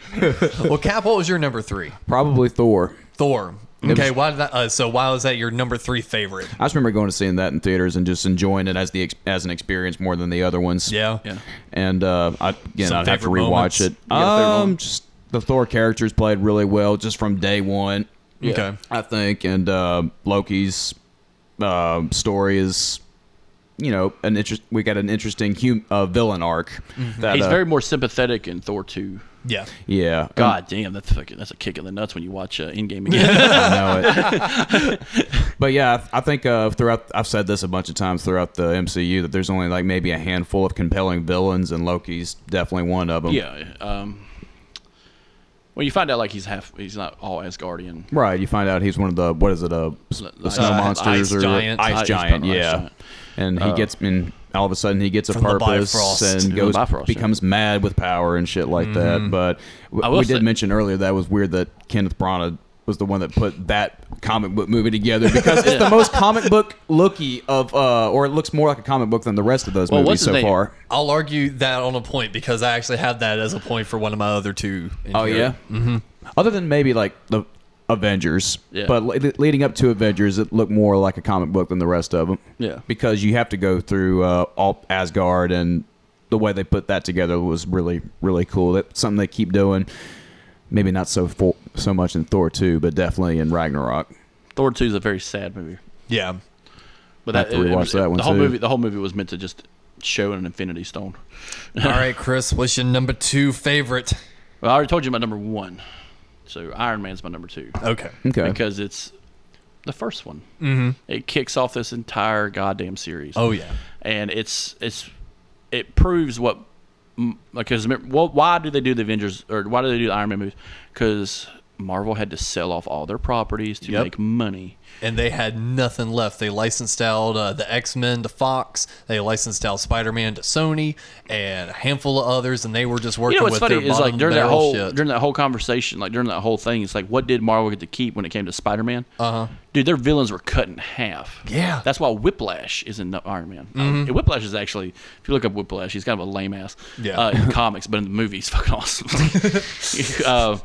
A: Well, Cap, what was your number three?
B: Probably Thor.
A: Thor. Okay, why did that, uh, so why was that your number three favorite?
B: I just remember going to seeing that in theaters and just enjoying it as the ex- as an experience more than the other ones.
A: Yeah.
C: Yeah.
B: And uh, I again,
A: Some
B: I'd have to
A: favorite
B: rewatch
A: moments?
B: it.
C: You got a favorite
B: Um,
C: moment?
B: just the Thor characters played really well just from day one.
A: Okay.
B: I think, and uh, Loki's uh, story is, you know, an interest. We got an interesting hum- uh, villain arc.
A: Mm-hmm.
B: That,
C: He's
B: uh,
C: very more sympathetic in Thor two.
A: Yeah.
B: yeah.
C: God damn, that's fucking that's a kick in the nuts when you watch uh, Endgame again.
B: I know it. but yeah, I I think uh, throughout I've said this a bunch of times throughout the MCU that there's only like maybe a handful of compelling villains, and Loki's definitely one of them.
C: yeah. Um, well, you find out like he's half. He's not all Asgardian.
B: Right. You find out he's one of the what is it uh, s-
C: L-
B: the snow
C: ice-
B: monsters
A: ice
B: or
A: giant.
B: ice,
C: Ice
B: giant?
C: giant, ice
B: yeah.
C: giant.
B: And he gets and all of a sudden he gets a
A: From the
B: purpose
A: Bifrost.
B: and
C: the
B: goes
C: Bifrost, yeah. Mm-hmm.
B: becomes mad with power and shit like that. But
C: I
B: w-
C: will
B: we did
C: say-
B: mention earlier that it was weird that Kenneth Branagh was the one that put that comic book movie together because it's the most comic book looky of uh or it looks more like a comic book than the rest of those
C: Well,
B: movies
C: what's his
B: so
C: name?
B: far.
A: I'll argue that on a point because I actually have that as a point for one of my other two. in
B: Oh
A: here.
B: yeah. Mm-hmm. Other than maybe like the Avengers,
C: Yeah.
B: but le- leading up to Avengers, it looked more like a comic book than the rest of them.
C: Yeah.
B: because you have to go through uh, all Asgard, and the way they put that together was really really cool. That's something they keep doing. Maybe not so for, so much in Thor two, but definitely in Ragnarok.
C: Thor two is a very sad movie.
A: Yeah.
C: But
B: I have
C: that,
B: to
C: it- it
B: rewatch
C: was-
B: that one,
C: the whole
B: too.
C: movie, the whole movie was meant to just show an Infinity Stone.
A: All right, Chris, what's your number two favorite?
C: Well, I already told you my number one, so Iron Man's my number two
A: Okay.
B: Okay,
C: because it's the first one. It kicks off this entire goddamn series.
A: Mm-hmm. Oh yeah.
C: and it's it's it proves what m- because remember- wh- why do they do the Avengers or why do they do the Iron Man movies? Because Marvel had to sell off all their properties to
A: Yep.
C: make money.
A: And they had nothing left. They licensed out uh, the X Men to Fox. They licensed out Spider Man to Sony and a handful of others, and they were just working
C: you know what's
A: with
C: funny
A: their
C: is like
A: bottom
C: during that
A: barrel
C: whole
A: shit.
C: during that whole conversation, like during that whole thing, it's like what did Marvel get to keep when it came to Spider Man? Uh huh. Dude, their villains were cut in half.
A: Uh-huh. Yeah. Mm-hmm.
C: that's why Whiplash is in the Iron Man. Uh, Whiplash is actually, if you look up Whiplash, he's kind of a lame ass.
A: Yeah.
C: uh, in the comics, but in the movie, he's fucking awesome. uh,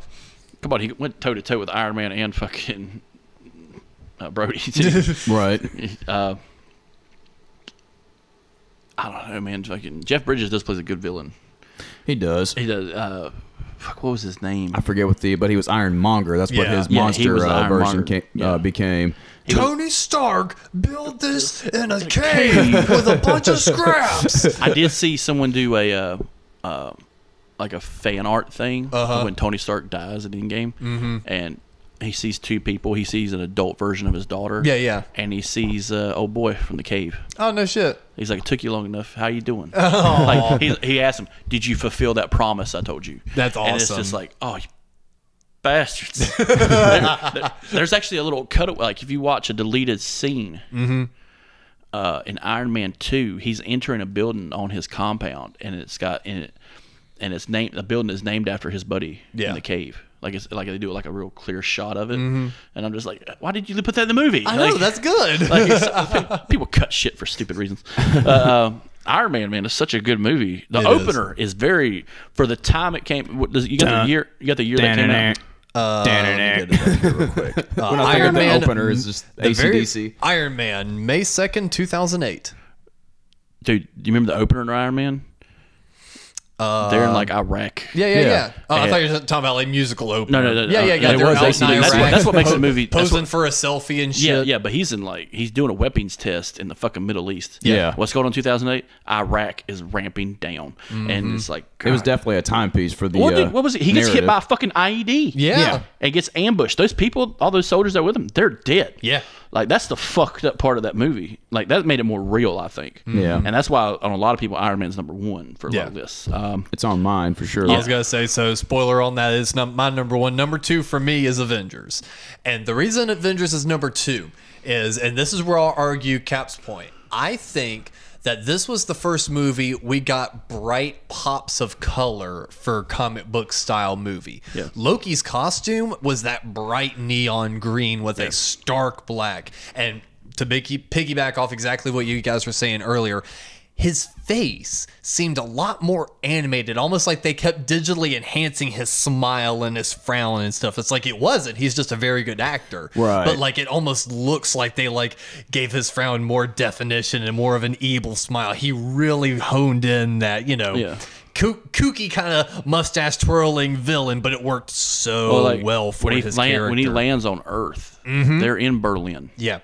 C: come on, he went toe to toe with Iron Man and fucking uh, Brody too.
B: right.
C: uh, I don't know, man. Fucking Jeff Bridges does plays a good villain.
B: He does.
C: He does. Uh, fuck, what was his name?
B: I forget what the, but he was Ironmonger. That's what
A: Yeah.
B: his
C: Yeah, he
B: monster
C: was
B: uh, version
C: Ironmonger.
B: came,
C: Yeah.
B: uh, became.
A: Tony Stark built this in a cave with a bunch of scraps.
C: I did see someone do a uh, uh, like a fan art thing of
A: Uh-huh.
C: when Tony Stark dies at Endgame, mm-hmm. and he sees two people. He sees an adult version of his daughter.
A: Yeah, yeah.
C: And he sees uh, old boy from the cave.
A: Oh no shit.
C: He's like, "It took you long enough. How you doing?" like he, he asked him, "Did you fulfill that promise I told you?"
A: That's
C: And it's just
A: awesome.
C: like, oh. You Bastards! There- there- there's actually a little cutaway. Like if you watch a deleted scene
A: Mm-hmm.
C: uh, in Iron Man Two, he's entering a building on his compound, and it's got in it. and it's named the building is named after his buddy
A: Yeah. Mm-hmm.
C: in the cave. Like it's like they do like a real clear shot of it, and I'm just like, why did you put that in the movie?
A: I know
C: Like-
A: that's good.
C: like it's- people cut shit for stupid reasons. Uh, um, Iron Man, man, is such a good movie. The
A: It is.
C: opener is. very for the time it came. What does, you got
B: Dun.
C: the year? You got the year that came out.
A: Uh,
B: Uh, when I think of the opener is just
A: the very-
B: ACDC.
A: Iron Man, May second, two thousand eight.
C: Dude, do you remember the opener in Iron Man? They're in like Iraq.
A: Uh, Yeah, yeah,
B: Yeah.
A: yeah. Oh, I
C: And-
A: thought you were talking about like musical opener.
C: No, no, no, no.
A: Yeah, yeah, yeah.
C: It
A: they're
C: was
A: out in
C: actually- that's what-
A: Iraq,
C: that's what makes the
A: po-
C: movie- that's
A: posing
C: what-
A: for a selfie and shit.
C: Yeah, yeah, but he's in like he's doing a weapons test in the fucking Middle East.
B: Yeah.
C: what's going on? in Two thousand eight, Iraq is ramping down,
A: Mm-hmm.
C: and it's like
B: It was
C: God.
B: definitely a timepiece for the.
C: What,
B: uh,
C: did- what was it? He gets hit
B: narrative.
C: by a fucking IED.
A: Yeah. Yeah.
C: And gets ambushed. Those people, all those soldiers that were with him, they're dead.
A: Yeah.
C: Like that's the fucked up part of that movie. Like that made it more real, I think.
B: Mm-hmm. Yeah.
C: And that's why on a lot of people, Iron Man's number one for
A: Yeah.
C: like this. Um,
B: It's on mine for sure.
A: I was gonna say so. Spoiler on that is not my number one. Number two for me is Avengers, and the reason Avengers is number two is, and this is where I'll argue Cap's point. I think that this was the first movie we got bright pops of color for comic book style movie.
C: Yeah.
A: Loki's costume was that bright neon green with a stark black, and to big- piggyback off exactly what you guys were saying earlier, his face seemed a lot more animated, almost like they kept digitally enhancing his smile and his frown and stuff. It's like it wasn't. He's just a very good actor.
B: Right.
A: But like it almost looks like they like gave his frown more definition and more of an evil smile. He really honed in that, you know.
C: Yeah.
A: koo- Kooky kind of mustache twirling villain, but it worked so Oh, well,
C: like,
A: for
C: when he
A: his
C: land-
A: character. Mm-hmm.
C: when he lands on Earth, they're in Berlin.
A: yeah,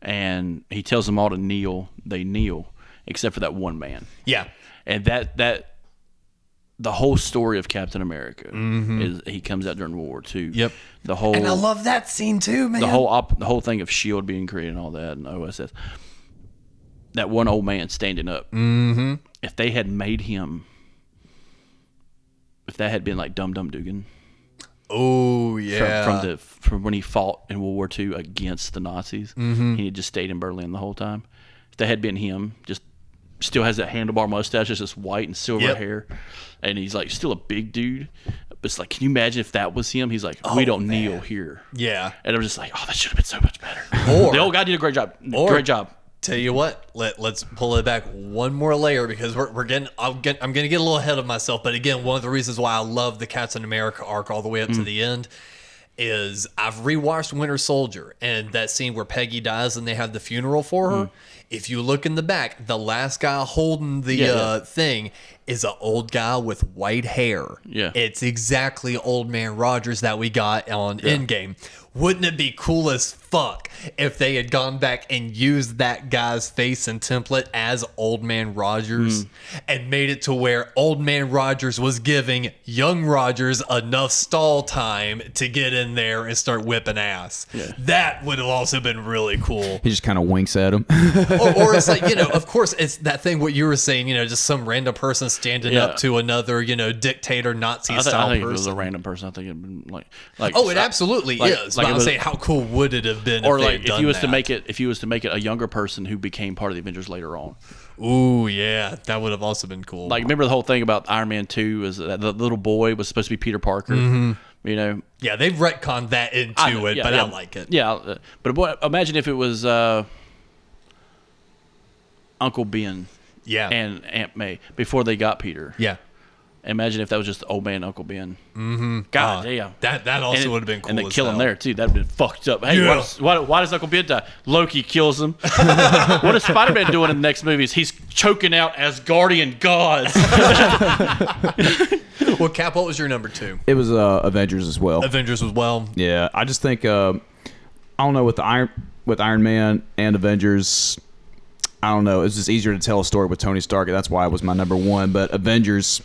C: And he tells them all to kneel. They kneel, except for that one man.
A: yeah,
C: and that that the whole story of Captain America is he comes out during World War II.
A: Mm-hmm. Yep.
C: the whole
A: and I love that scene too, man.
C: the whole op, the whole thing of Shield E being created and all that and OSS. That one old man standing up. Mm-hmm. If they had made him, if that had been like Dum Dum Dugan
A: oh
C: from,
A: yeah,
C: from the from when he fought in World War II against the Nazis,
A: Mm-hmm.
C: he had just stayed in Berlin the whole time. If that had been him, just still has that handlebar mustache, it's just white and silver
A: Yep.
C: hair, and he's like still a big dude. But it's like, can you imagine if that was him? He's like, we don't kneel here.
A: Oh, yeah.
C: And I'm just like, oh, that should have been so much better.
A: Or-
C: the old guy did a great job.
A: or-
C: great job.
A: Tell you what, let let's pull it back one more layer because we're, we're getting I'm get, I'm gonna get a little ahead of myself. But again, one of the reasons why I love the Captain America arc all the way up
C: Mm.
A: to the end is I've rewatched Winter Soldier and that scene where Peggy dies and they have the funeral for
C: Mm.
A: her. If you look in the back, the last guy holding the
C: Yeah,
A: uh, thing is an old guy with white hair.
C: Yeah.
A: it's exactly Old Man Rogers that we got on Endgame. Wouldn't it be cool as fuck if they had gone back and used that guy's face and template as Old Man Rogers and made it to where Old Man Rogers was giving Young Rogers enough stall time to get in there and start whipping ass? That would have also been really cool
B: He just kind of winks at him.
A: or, or it's like you know of course it's that thing what you were saying you know just some random person standing
C: Yeah.
A: up to another you know dictator nazi
C: I, th- I
A: style
C: think if it was
A: person
C: a random person. I think it'd been like, like
A: oh it
C: I-
A: absolutely
C: like-
A: is
C: like
A: but
C: it
A: i'm
C: was-
A: saying how cool would it have been
C: Or
A: if they
C: like
A: had
C: if
A: done
C: you was to
A: that?
C: make it, if you was to make it a younger person who became part of the Avengers later on,
A: ooh yeah that would have also been cool
C: like remember the whole thing about Iron Man Two is that the little boy was supposed to be Peter Parker. You know,
A: yeah they've retconned that into
C: know,
A: Mm-hmm. it
C: yeah,
A: but
C: yeah.
A: i like it
C: Yeah, uh, but what, imagine if it was uh, Uncle Ben
A: yeah
C: and Aunt May before they got Peter.
A: yeah
C: Imagine if that was just old man Uncle Ben. Mm-hmm. God damn.
A: Uh, that that
C: And
A: also
C: it-
A: would have been cool
C: And they
A: as
C: kill him
A: hell.
C: there too. That'd been fucked up. Hey,
A: Yeah.
C: why, does, why, why does Uncle Ben die? Loki kills him. what is Spider Man doing in the next movies? He's choking out Asgardian gods.
B: Oh,
A: well cap what was your number two
B: it was uh, Avengers as well.
A: avengers was well
B: Yeah, I just think um I don't know with the Iron with Iron Man and Avengers. I don't know. It's just easier to tell a story with Tony Stark. and That's why it was my number one. But Avengers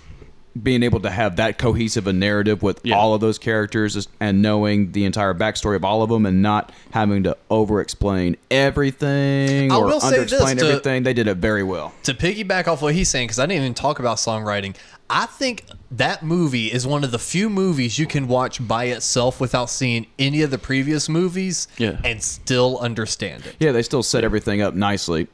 B: being able to have that cohesive a narrative with
C: Yeah.
B: all of those characters is- and knowing the entire backstory of all of them and not having to over explain everything
A: I
B: or
A: will say
B: under
A: this
B: explain
A: to-
B: everything, they did it very well.
A: to piggyback off what he's saying, because I didn't even talk about songwriting, I think that movie is one of the few movies you can watch by itself without seeing any of the previous movies
C: Yeah.
A: and still understand it.
B: Yeah, they still set everything up nicely.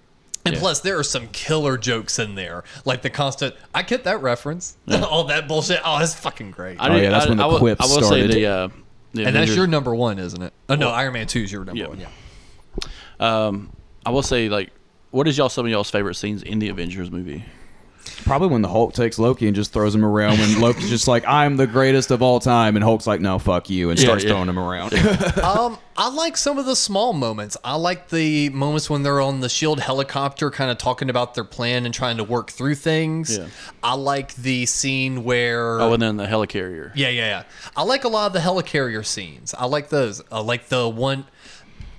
A: And
C: Yeah.
A: plus, there are some killer jokes in there, like the constant. I get that reference. All that bullshit. Oh, that's fucking great.
C: I
B: Oh,
C: did-
B: yeah, that's
C: I-
B: when the
C: I will-
B: quips
C: I will
B: started.
C: say the, uh,
A: and
C: the
A: that's
C: Avengers-
A: your number one, isn't it? Oh no, Iron Man Two is your number
C: yeah.
A: one. Yeah.
C: Um, I will say like, what is y'all some of y'all's favorite scenes in the Avengers movie?
B: Probably when the Hulk takes Loki and just throws him around. When Loki's just like, "I'm the greatest of all time," and Hulk's like, "No, fuck you," and
C: Yeah,
B: starts
C: yeah.
B: throwing him around.
A: um, I like some of the small moments. I like the moments when they're on the shield E helicopter, kind of talking about their plan and trying to work through things.
C: Yeah.
A: I like the scene where.
C: Oh, and then the helicarrier.
A: yeah, yeah, yeah. I like a lot of the helicarrier scenes. I like those. I like the one.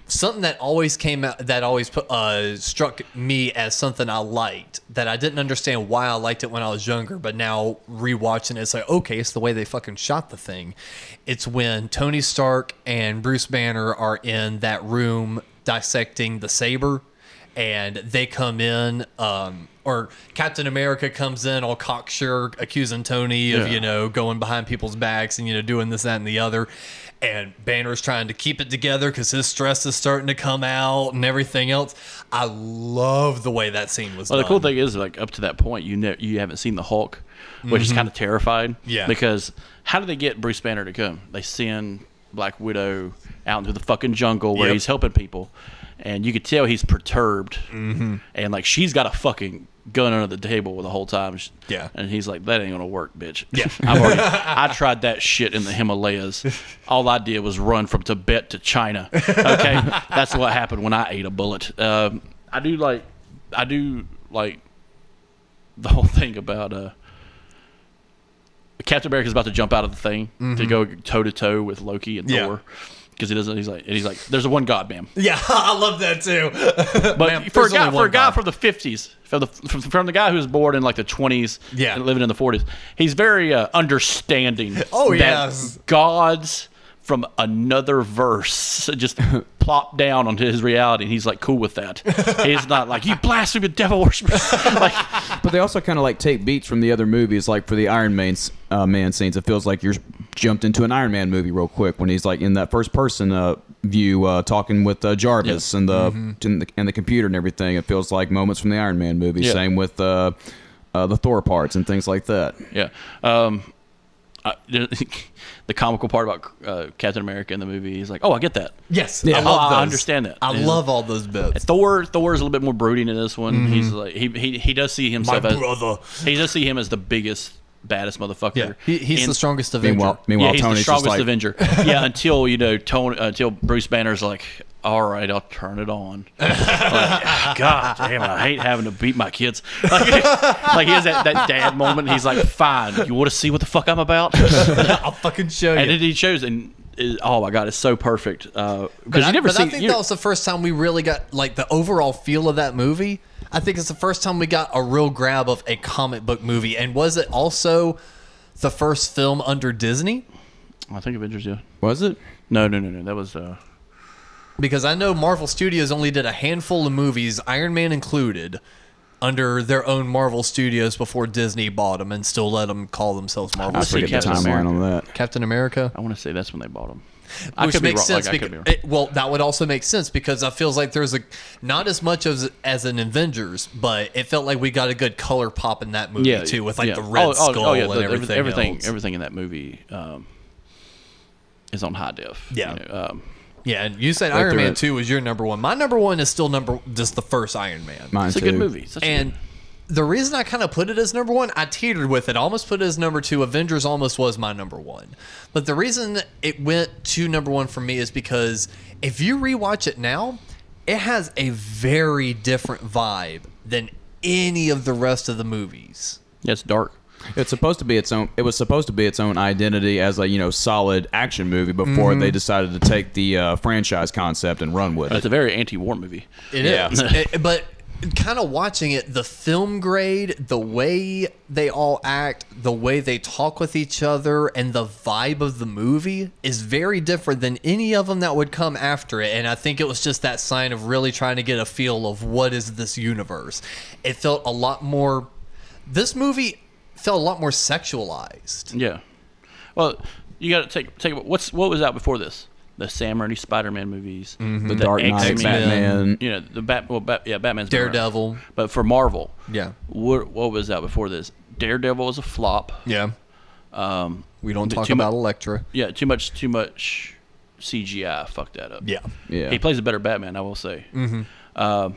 A: Something that always came out that always put, uh, struck me as something I liked that I didn't understand why I liked it when I was younger, but now rewatching it, it's like okay, it's the way they fucking shot the thing. It's when Tony Stark and Bruce Banner are in that room dissecting the saber, and they come in, um, or Captain America comes in all cocksure, accusing Tony of
C: Yeah.
A: you know going behind people's backs and you know doing this that and the other, and Banner's trying to keep it together because his stress is starting to come out and everything else. I love the way that scene was.
C: Well, the
A: done.
C: cool thing is, like up to that point, you ne- you haven't seen the Hulk, which is kind of terrified.
A: Mm-hmm. Yeah.
C: Because how do they get Bruce Banner to come? They send Black Widow out into the fucking jungle where
A: Yep.
C: he's helping people, and you could tell he's perturbed, mm-hmm. and like she's got a fucking gun under the table the whole time. She-
A: Yeah.
C: And he's like, "That ain't gonna work, bitch." Yeah. I've already, I tried that shit in the Himalayas. All I did was run from Tibet to China. Okay, that's what happened when I ate a bullet. Um, I do like, I do like the whole thing about uh Captain America's about to jump out of the thing to go toe to toe with Loki and
A: Mm-hmm. Yeah.
C: Thor because he doesn't. He's like, and he's like, "There's a one God, ma'am."
A: Yeah, I love that too.
C: But for a
A: there's
C: guy,
A: only
C: for
A: one
C: a guy
A: God.
C: from the fifties, from the from, from the guy who was born in like the twenties,
A: Yeah.
C: and living in the forties, he's very uh, understanding.
A: Oh,
C: that
A: yes.
C: gods from another verse just plop down onto his reality, and he's like cool with that. he's not like you blasphemous devil worshippers. like,
B: But they also kind of like take beats from the other movies, like for the Iron Man, uh, Man scenes. It feels like you're jumped into an Iron Man movie real quick when he's like in that first person uh, view, uh, talking with uh, Jarvis and the,
C: Mm-hmm.
B: and the and the computer and everything. It feels like moments from the Iron Man movie.
C: Yeah.
B: Same with uh, uh, the Thor parts and things like that.
C: Yeah. Um, I, the comical part about uh, Captain America in the movie is like, oh, I get that.
A: Yes,
C: Yeah.
A: I love
C: Oh, I
A: those.
C: understand that.
A: I
C: Yeah.
A: love all those bits.
C: Thor, Thor is a little bit more brooding in this one.
A: Mm-hmm.
C: He's like, he, he he does see himself as he does see him as the biggest, baddest motherfucker.
A: Yeah, he, he's
C: And-
A: the strongest Avenger.
B: Meanwhile,
C: Yeah,
B: meanwhile
C: he's
B: Tony's
C: the
B: just
C: strongest
B: like
C: Avenger. yeah, until you know, Tony, until Bruce Banner's like, all right, I'll turn it on. Like, God damn, I hate having to beat my kids. Like, like he has that, that dad moment. He's like, fine, you want to see what the fuck I'm about?
A: I'll fucking show
C: and
A: you.
C: then he shows and it- oh my god it's so perfect because
A: But,
C: you
A: I,
C: never
A: but
C: see
A: I think
C: you-
A: that was the first time we really got like the overall feel of that movie. I think it's the first time we got a real grab of a comic book movie. And was it also the first film under Disney?
C: I think Avengers yeah
B: was it?
C: no no no no that was uh
A: Because I know Marvel Studios only did a handful of movies, Iron Man included, under their own Marvel Studios before Disney bought them and still let them call themselves Marvel
C: I
B: I
C: see
B: forget
A: Studios.
B: the
C: Captain
B: timeline
C: America.
B: on that.
A: Captain America.
C: I want to say that's when they bought them I
A: which
C: could be
A: makes
C: wrong.
A: sense eh,
C: like, I could
A: because
C: be wrong.
A: it, well that would also make sense because I feels like there's a not as much as as an Avengers, but it felt like we got a good color pop in that movie too with like
C: yeah.
A: the red skull
C: the-
A: and
C: every-
A: everything.
C: everything
A: else.
C: everything in that movie um is on high def
A: Yeah.
C: you know, um,
A: yeah, and you said
B: Right
A: Iron
B: through
A: Man
B: it.
A: two was your number one. My number one is still number just the first Iron Man.
B: Mine
C: it's a
B: too.
C: good movie It's such a
A: and
C: good-
A: the reason I kind of put it as number one, I teetered with it. I almost put it as number two. Avengers almost was my number one. But the reason it went to number one for me is because if you rewatch it now, it has a very different vibe than any of the rest of the movies.
C: yeah it's dark
B: It's supposed to be its own. It was supposed to be its own identity as a you know solid action movie before they decided to take the uh, franchise concept and run with
C: Mm-hmm. but it's
B: it.
C: a very anti-war movie
A: It is, It- but kind of watching it, the film grade, the way they all act, the way they talk with each other, and the vibe of the movie is very different than any of them that would come after it. And I think it was just that sign of really trying to get a feel of what is this universe. It felt a lot more. This movie felt a lot more sexualized.
C: yeah well you got to take take what's what was out before this the Sam Raimi Spider-Man movies,
A: Mm-hmm.
B: The Dark Knight,
C: X-Men,
B: Batman.
C: you know, the Bat, well, Bat yeah, Batman's been around.
A: Daredevil.
C: But for Marvel,
A: Yeah.
C: what what was out before this? Daredevil was a flop.
A: Yeah.
C: Um,
A: We don't
C: Too
A: talk
C: mu-
A: about Elektra.
C: yeah, too much, too much CGI fucked that up.
A: Yeah.
B: Yeah.
C: He plays a better Batman, I will say. Mm-hmm. Um,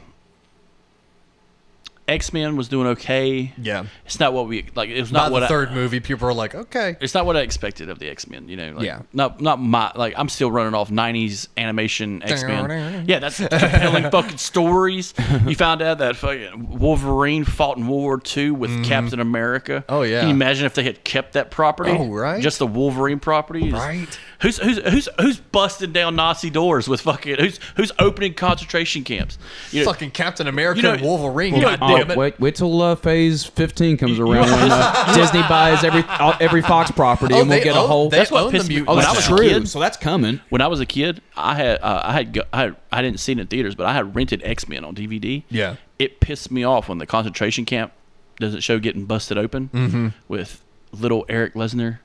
C: X Men was doing okay.
A: Yeah.
C: It's not what we like. It was
A: By
C: not what
A: the
C: I,
A: third movie, people are like, okay.
C: It's not what I expected of the X Men. You know, like,
A: Yeah.
C: Not not my like. I'm still running off '90s animation X Men. yeah, that's compelling fucking stories. You found out that fucking Wolverine fought in World War II with Captain America.
A: Mm-hmm. Oh, yeah.
C: Can you imagine if they had kept that property?
A: Oh, right.
C: Just the Wolverine property. is-
A: Right.
C: Who's who's who's who's busting down Nazi doors with fucking who's who's opening concentration camps? You know,
A: Fucking Captain America
C: You know-
A: and Wolverine.
C: you know-
A: God
B: Oh,
A: damn it.
B: wait, wait till uh, Phase 15 comes around when uh, Disney buys every all, every Fox property,
A: Oh,
B: and we'll
A: they
B: get a
A: own-
B: whole.
A: they
C: That's what
A: own the
C: pissed me-
A: mutants
B: oh,
C: when I
A: now.
B: that's
C: was a
B: true.
C: kid-
B: So that's coming.
C: when I was a kid, I had uh, I had go- I had, I didn't see it in theaters, but I had rented X Men on DVD.
A: Yeah.
C: it pissed me off when the concentration camp doesn't show getting busted open
A: Mm-hmm.
C: with little Eric Lesnar,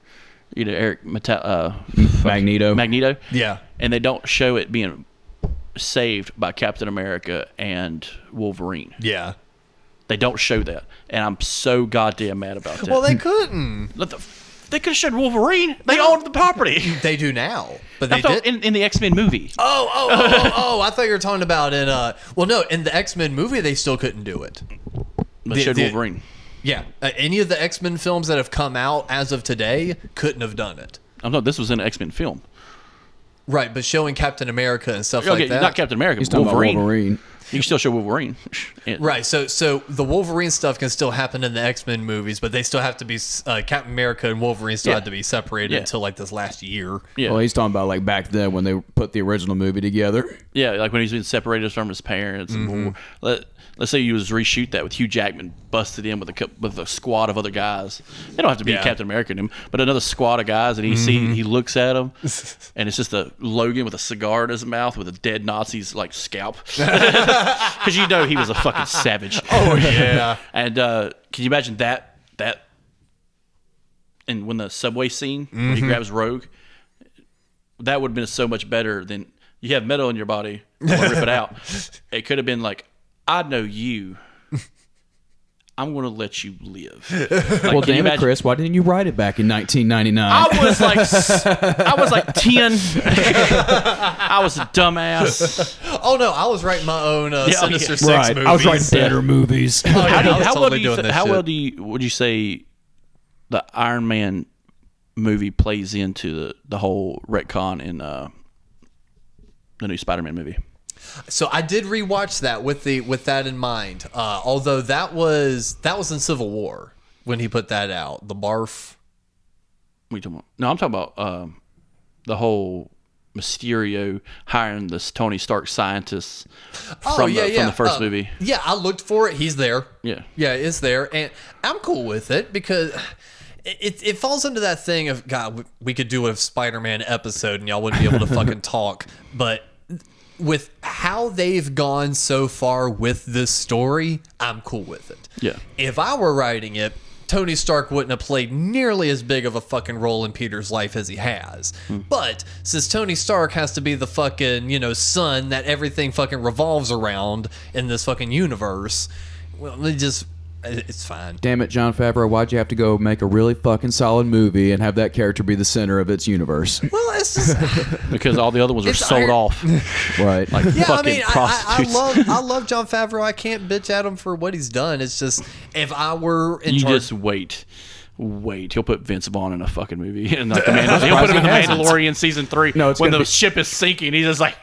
C: you know Eric Meta- uh,
B: Magneto.
C: Magneto.
A: Yeah.
C: and they don't show it being saved by Captain America and Wolverine.
A: Yeah.
C: They don't show that, and I'm so goddamn mad about that.
A: Well, they couldn't.
C: Let the f- they could have showed Wolverine. They owned the property.
A: They do now, but
C: I
A: they
C: thought
A: did.
C: in, in the X Men movie.
A: Oh, oh, oh, oh, oh! I thought you were talking about in uh. Well, no, in the X Men movie, they still couldn't do it.
C: They
A: the-
C: showed
A: the-
C: Wolverine.
A: Yeah, uh, any of the X Men films that have come out as of today couldn't have done it.
C: I thought Oh, this was an X Men film.
A: Right, but showing Captain America and stuff
C: Okay,
A: like that.
C: not Captain America.
B: He's
C: but
B: talking
C: Wolverine.
B: about Wolverine.
C: You can still show Wolverine. And-
A: Right, so so the Wolverine stuff can still happen in the X Men movies, but they still have to be uh, Captain America and Wolverine still
C: Yeah.
A: had to be separated
C: Yeah.
A: until like this last year.
C: Yeah.
B: Well, he's talking about like back then when they put the original movie together.
C: yeah, like when he's been separated from his parents. and
A: Mm-hmm.
C: Wolver- Let, let's say you was reshoot that with Hugh Jackman busted in with a cou- with a squad of other guys. They don't have to be
A: Yeah. Mm-hmm.
C: Captain America in him, but another squad of guys, and he see he looks at him, and it's just a Logan with a cigar in his mouth with a dead Nazi's like scalp, because you know he was a fucking savage.
A: Oh yeah,
C: And uh, can you imagine that that and when the subway scene when he grabs Rogue, that would have been so much better than you have metal in your body, wanna rip it out. It could have been like, I know you. I'm gonna let you live. Like,
B: Well,
C: can you
B: damn it,
C: imagine-
B: Chris, why didn't you write it back in 1999?
C: I was like, s- I was like ten. I was a dumbass.
A: Oh no, I was writing my own uh,
C: Yeah, oh,
A: Sinister
C: yeah.
A: Six movies.
B: better movies.
A: Oh, yeah,
C: How, do
A: I
C: you,
A: was
C: how well
A: totally
C: do you,
A: doing
C: th-
A: this
C: how
A: shit.
C: well do you would you say the Iron Man movie plays into the, the whole retcon in uh, the new Spider Man movie?
A: So I did rewatch that with the with that in mind. Uh, although that was that was in Civil War when he put that out. The barf.
C: What you talking about? No, I'm talking about um, the whole Mysterio hiring this Tony Stark scientist
A: Oh
C: from,
A: yeah,
C: the,
A: yeah.
C: from the first
A: Uh,
C: movie.
A: Yeah, I looked for it. He's there.
C: Yeah.
A: Yeah, it's there, and I'm cool with it because. It, it falls into that thing of God. we- We could do a Spider-Man episode, and y'all wouldn't be able to fucking talk. But with how they've gone so far with this story, I'm cool with it.
C: Yeah.
A: If I were writing it, Tony Stark wouldn't have played nearly as big of a fucking role in Peter's life as he has.
C: Hmm.
A: But since Tony Stark has to be the fucking, you know, son that everything fucking revolves around in this fucking universe, well, it just, it- it's fine.
B: Damn it, John Favreau, why'd you have to go make a really fucking solid movie and have that character be the center of its universe?
A: Well, it's just.
C: Because all the other ones were
A: It's
C: sold
A: Iron-
C: off.
B: right. Like,
A: Yeah, I
C: fucking
A: mean, I, I, I
C: prostitutes.
A: love I love John Favreau. I can't bitch at him for what he's done. It's just if I were in
C: you
A: charge,
C: just wait. Wait, he'll put Vince Vaughn in a fucking movie, and like the Mandal- he'll put
B: surprised
C: him in the
B: he hasn't.
C: Mandalorian season three.
B: No, it's
C: when the
B: gonna be-
C: ship is sinking, he's just like,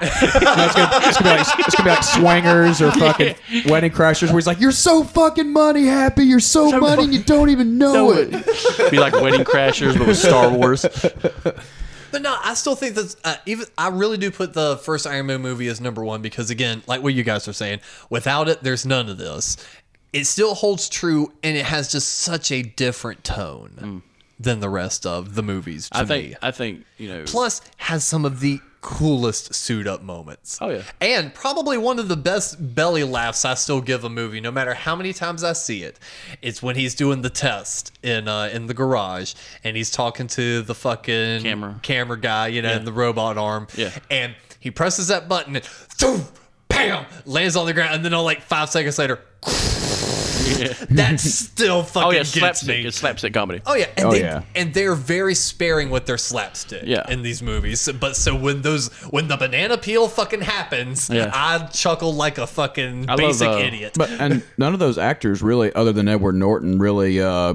B: it's, gonna, it's gonna be like, it's gonna be like swangers or fucking wedding crashers where he's like, You're so fucking money happy, you're so, money and you don't even know, it.
C: be like Wedding Crashers, but with Star Wars.
A: But no, I still think that's uh, even. I really do put the first Iron Man movie as number one because, again, like what you guys are saying, without it, there's none of this. It still holds true, and it has just such a different tone than the rest of the movies. To
C: Mm. I think,
A: me.
C: I think you know,
A: Plus, has some of the coolest suit up moments.
C: Oh, yeah.
A: And probably one of the best belly laughs I still give a movie, no matter how many times I see it. It's when he's doing the test in uh, in the garage and he's talking to the fucking
C: Camera.
A: camera guy, you know, in the robot arm.
C: Yeah.
A: And he presses that button and throom, bam, lands on the ground. And then, all like five seconds later, that still fucking
C: Oh yeah,
A: gets
C: slapstick.
A: me.
C: It's slapstick comedy.
A: Oh yeah, and
B: Oh,
A: they
B: yeah.
A: and they're very sparing with their slapstick
C: Yeah.
A: in these movies. But so when those when the banana peel fucking happens,
C: Yeah.
A: I chuckle like a fucking
C: love,
A: basic
C: uh,
A: idiot.
B: But and none of those actors really, other than Edward Norton, really uh,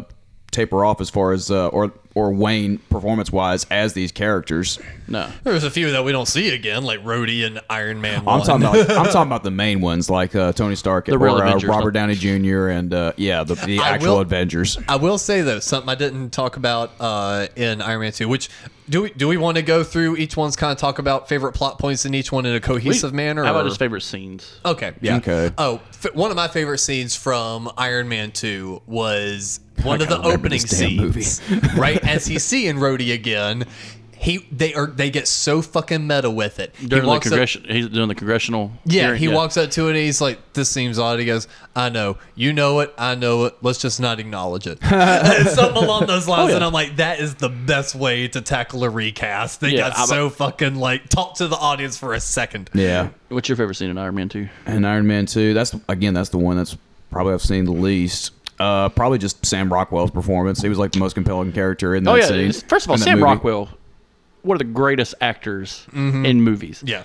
B: taper off as far as uh, or or Wayne performance wise as these characters.
C: No,
A: There's a few that we don't see again, like Rhodey and Iron Man.
B: I'm
A: one.
B: talking about I'm talking about the main ones like uh, Tony Stark
C: The real
B: or uh,
C: Avengers.
B: Robert Downey Jr. and uh, yeah the, the
A: I
B: actual
A: will-
B: Avengers.
A: I will say though something I didn't talk about uh, in Iron Man Two. Which do we do we want to go through each one's kind of talk about favorite plot points in each one in a cohesive manner?
C: How
A: or-
C: about his favorite scenes?
A: Okay. Yeah.
B: Okay.
A: Oh, f- one of my favorite scenes from Iron Man 2 was one of the
B: gotta remember
A: opening
B: this damn
A: scenes. right as he's seeing Rhodey again, he they are they get so fucking meta with it. He
C: During the
A: walks up-
C: congression, he's doing the congressional.
A: yeah,
C: hearing,
A: he walks up to it and he's like, "This seems odd." He goes, "I know, you know it, I know it. Let's just not acknowledge it." Something along those
B: Oh,
A: lines, and I'm like, "That is the best way to tackle a recast." They
C: Yeah,
A: got
C: I'm a-
A: so fucking like talk to the audience for a second.
B: Yeah,
C: What's your favorite scene in Iron Man Two?
B: and Iron Man Two. That's again that's the one that's probably I've seen the least. Uh, probably just Sam Rockwell's performance. He was like the most compelling character in that
C: Oh yeah.
B: scene.
C: it's- First of all,
B: in that
C: Sam
B: movie.
C: Rockwell, one of the greatest actors in movies.
A: Yeah.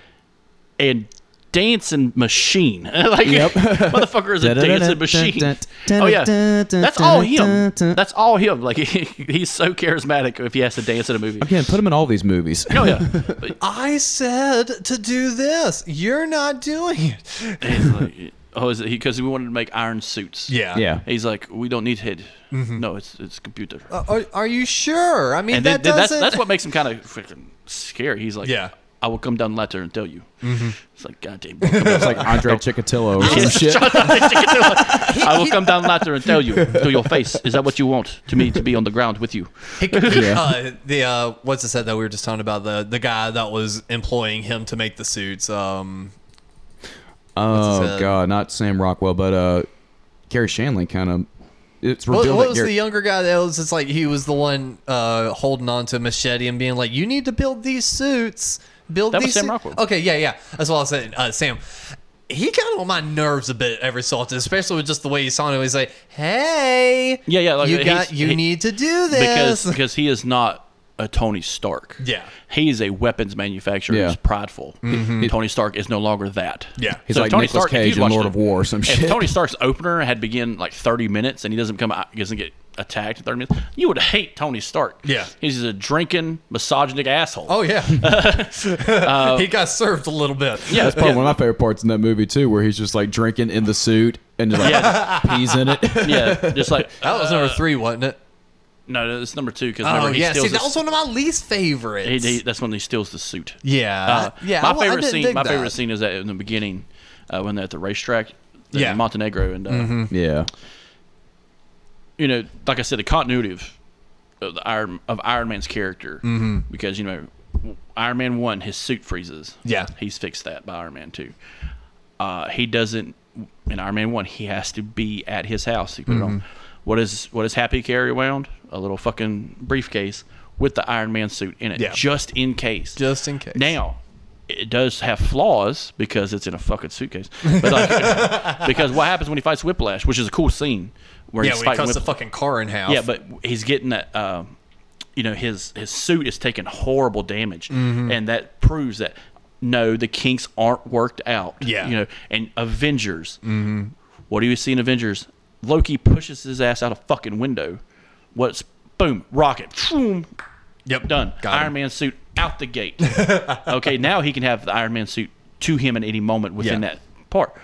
C: and dancing machine. like motherfucker is a dancing machine. Oh yeah, that's all him. That's all him. Like he's so charismatic if he has to dance in a movie.
B: Again, put him in all these movies.
C: Oh yeah, But
A: I said to do this. You're not doing it.
C: he's like, oh, is it because we wanted to make iron suits?
A: Yeah. Mm-hmm.
B: Yeah.
C: He's like, we don't need head. No, it's it's computer.
A: Uh, Are, are you sure? I mean,
C: and
A: Oh, that
C: then, then that's
A: doesn't.
C: that's what makes him kind of freaking scary. He's like,
A: Yeah. Mm-hmm.
C: I will come down later and tell you. It's like, goddamn. I'll come down-
B: It's like Andre Chikatilo or some shit.
C: I will come down later and tell you to your face. Is that what you want to me to be on the ground with you?
A: uh, the uh, what's it said that we were just talking about the the guy that was employing him to make the suits. Um, What's his,
B: Oh
A: uh,
B: god, not Sam Rockwell, but uh, Gary Shanley kind of. It's
A: what,
B: revealed
A: what
B: that
A: was
B: Gary,
A: the younger guy that was just like he was the one uh, holding on to a machete and being like, "You need to build these suits. Build
C: That was
A: these."
C: Sam
A: suits."
C: Rockwell.
A: Okay, yeah, yeah. That's what I was saying. Uh, Sam. He got on my nerves a bit every so often, especially with just the way he's on it. He's like, "Hey,
C: Yeah, yeah, like,
A: you got,
C: he's-
A: you
C: he-
A: need to do this
C: because because he is not a Tony Stark.
A: Yeah.
C: he is a weapons manufacturer
B: Yeah.
C: who's prideful. Tony Stark is no longer that.
A: Mm-hmm. Yeah.
B: He's
C: So
B: like
C: Tony
B: Nicolas
C: Stark, if
B: Cage
C: you'd
B: in
C: watched
B: Lord
C: it-
B: of War or some
C: if
B: shit.
C: Tony Stark's opener had begin like thirty minutes and he doesn't come out, doesn't get attacked in thirty minutes, you would hate Tony Stark.
A: Yeah.
C: he's just a drinking, misogynistic asshole.
A: Oh yeah, he got served a little bit.
C: Uh, yeah,
B: That's probably one of my favorite parts in that movie too, where he's just like drinking in the suit and just like peas in it.
C: yeah, just like oh,
A: that was number three, wasn't it?
C: no, it's number two because
A: Oh
C: uh, remember he
A: yeah, see,
C: steals.
A: that
C: the-
A: was one of my least favorites.
C: he- he- that's when he steals the suit.
A: yeah,
C: Uh,
A: yeah.
C: My
A: I- I
C: favorite
A: didn't
C: scene.
A: dig
C: My
A: that.
C: favorite scene is that in the beginning, uh, when they're at the racetrack, in
A: Yeah. Mm-hmm.
C: Montenegro, and uh,
B: Yeah,
C: you know, like I said, the continuity of, of the Iron of Iron Man's character, mm-hmm. because you know, Iron Man one, his suit freezes.
A: Yeah.
C: he's fixed that by Iron Man two. Uh, he doesn't in Iron Man one. He has to be at his house. He put it on.
A: Mm-hmm.
C: What is what is Happy carry around? A little fucking briefcase with the Iron Man suit in it,
A: Yeah.
C: just in case.
A: Just in case.
C: Now, it does have flaws because it's in a fucking suitcase. But like, because what happens when he fights Whiplash, which is a cool scene where
A: yeah,
C: he's
A: when he
C: fighting
A: cuts the
C: Whip-
A: fucking car in half.
C: yeah, but he's getting that. Um, you know, his his suit is taking horrible damage, and that proves that no, the kinks aren't worked out.
A: Yeah.
C: you know, and Avengers. What do you see in Avengers? Loki pushes his ass out a fucking window. What's boom rocket? Boom,
A: yep,
C: done.
A: Got
C: Iron
A: him.
C: Man suit out the gate. okay, now he can have the Iron Man suit to him at any moment within
A: Yeah.
C: that part.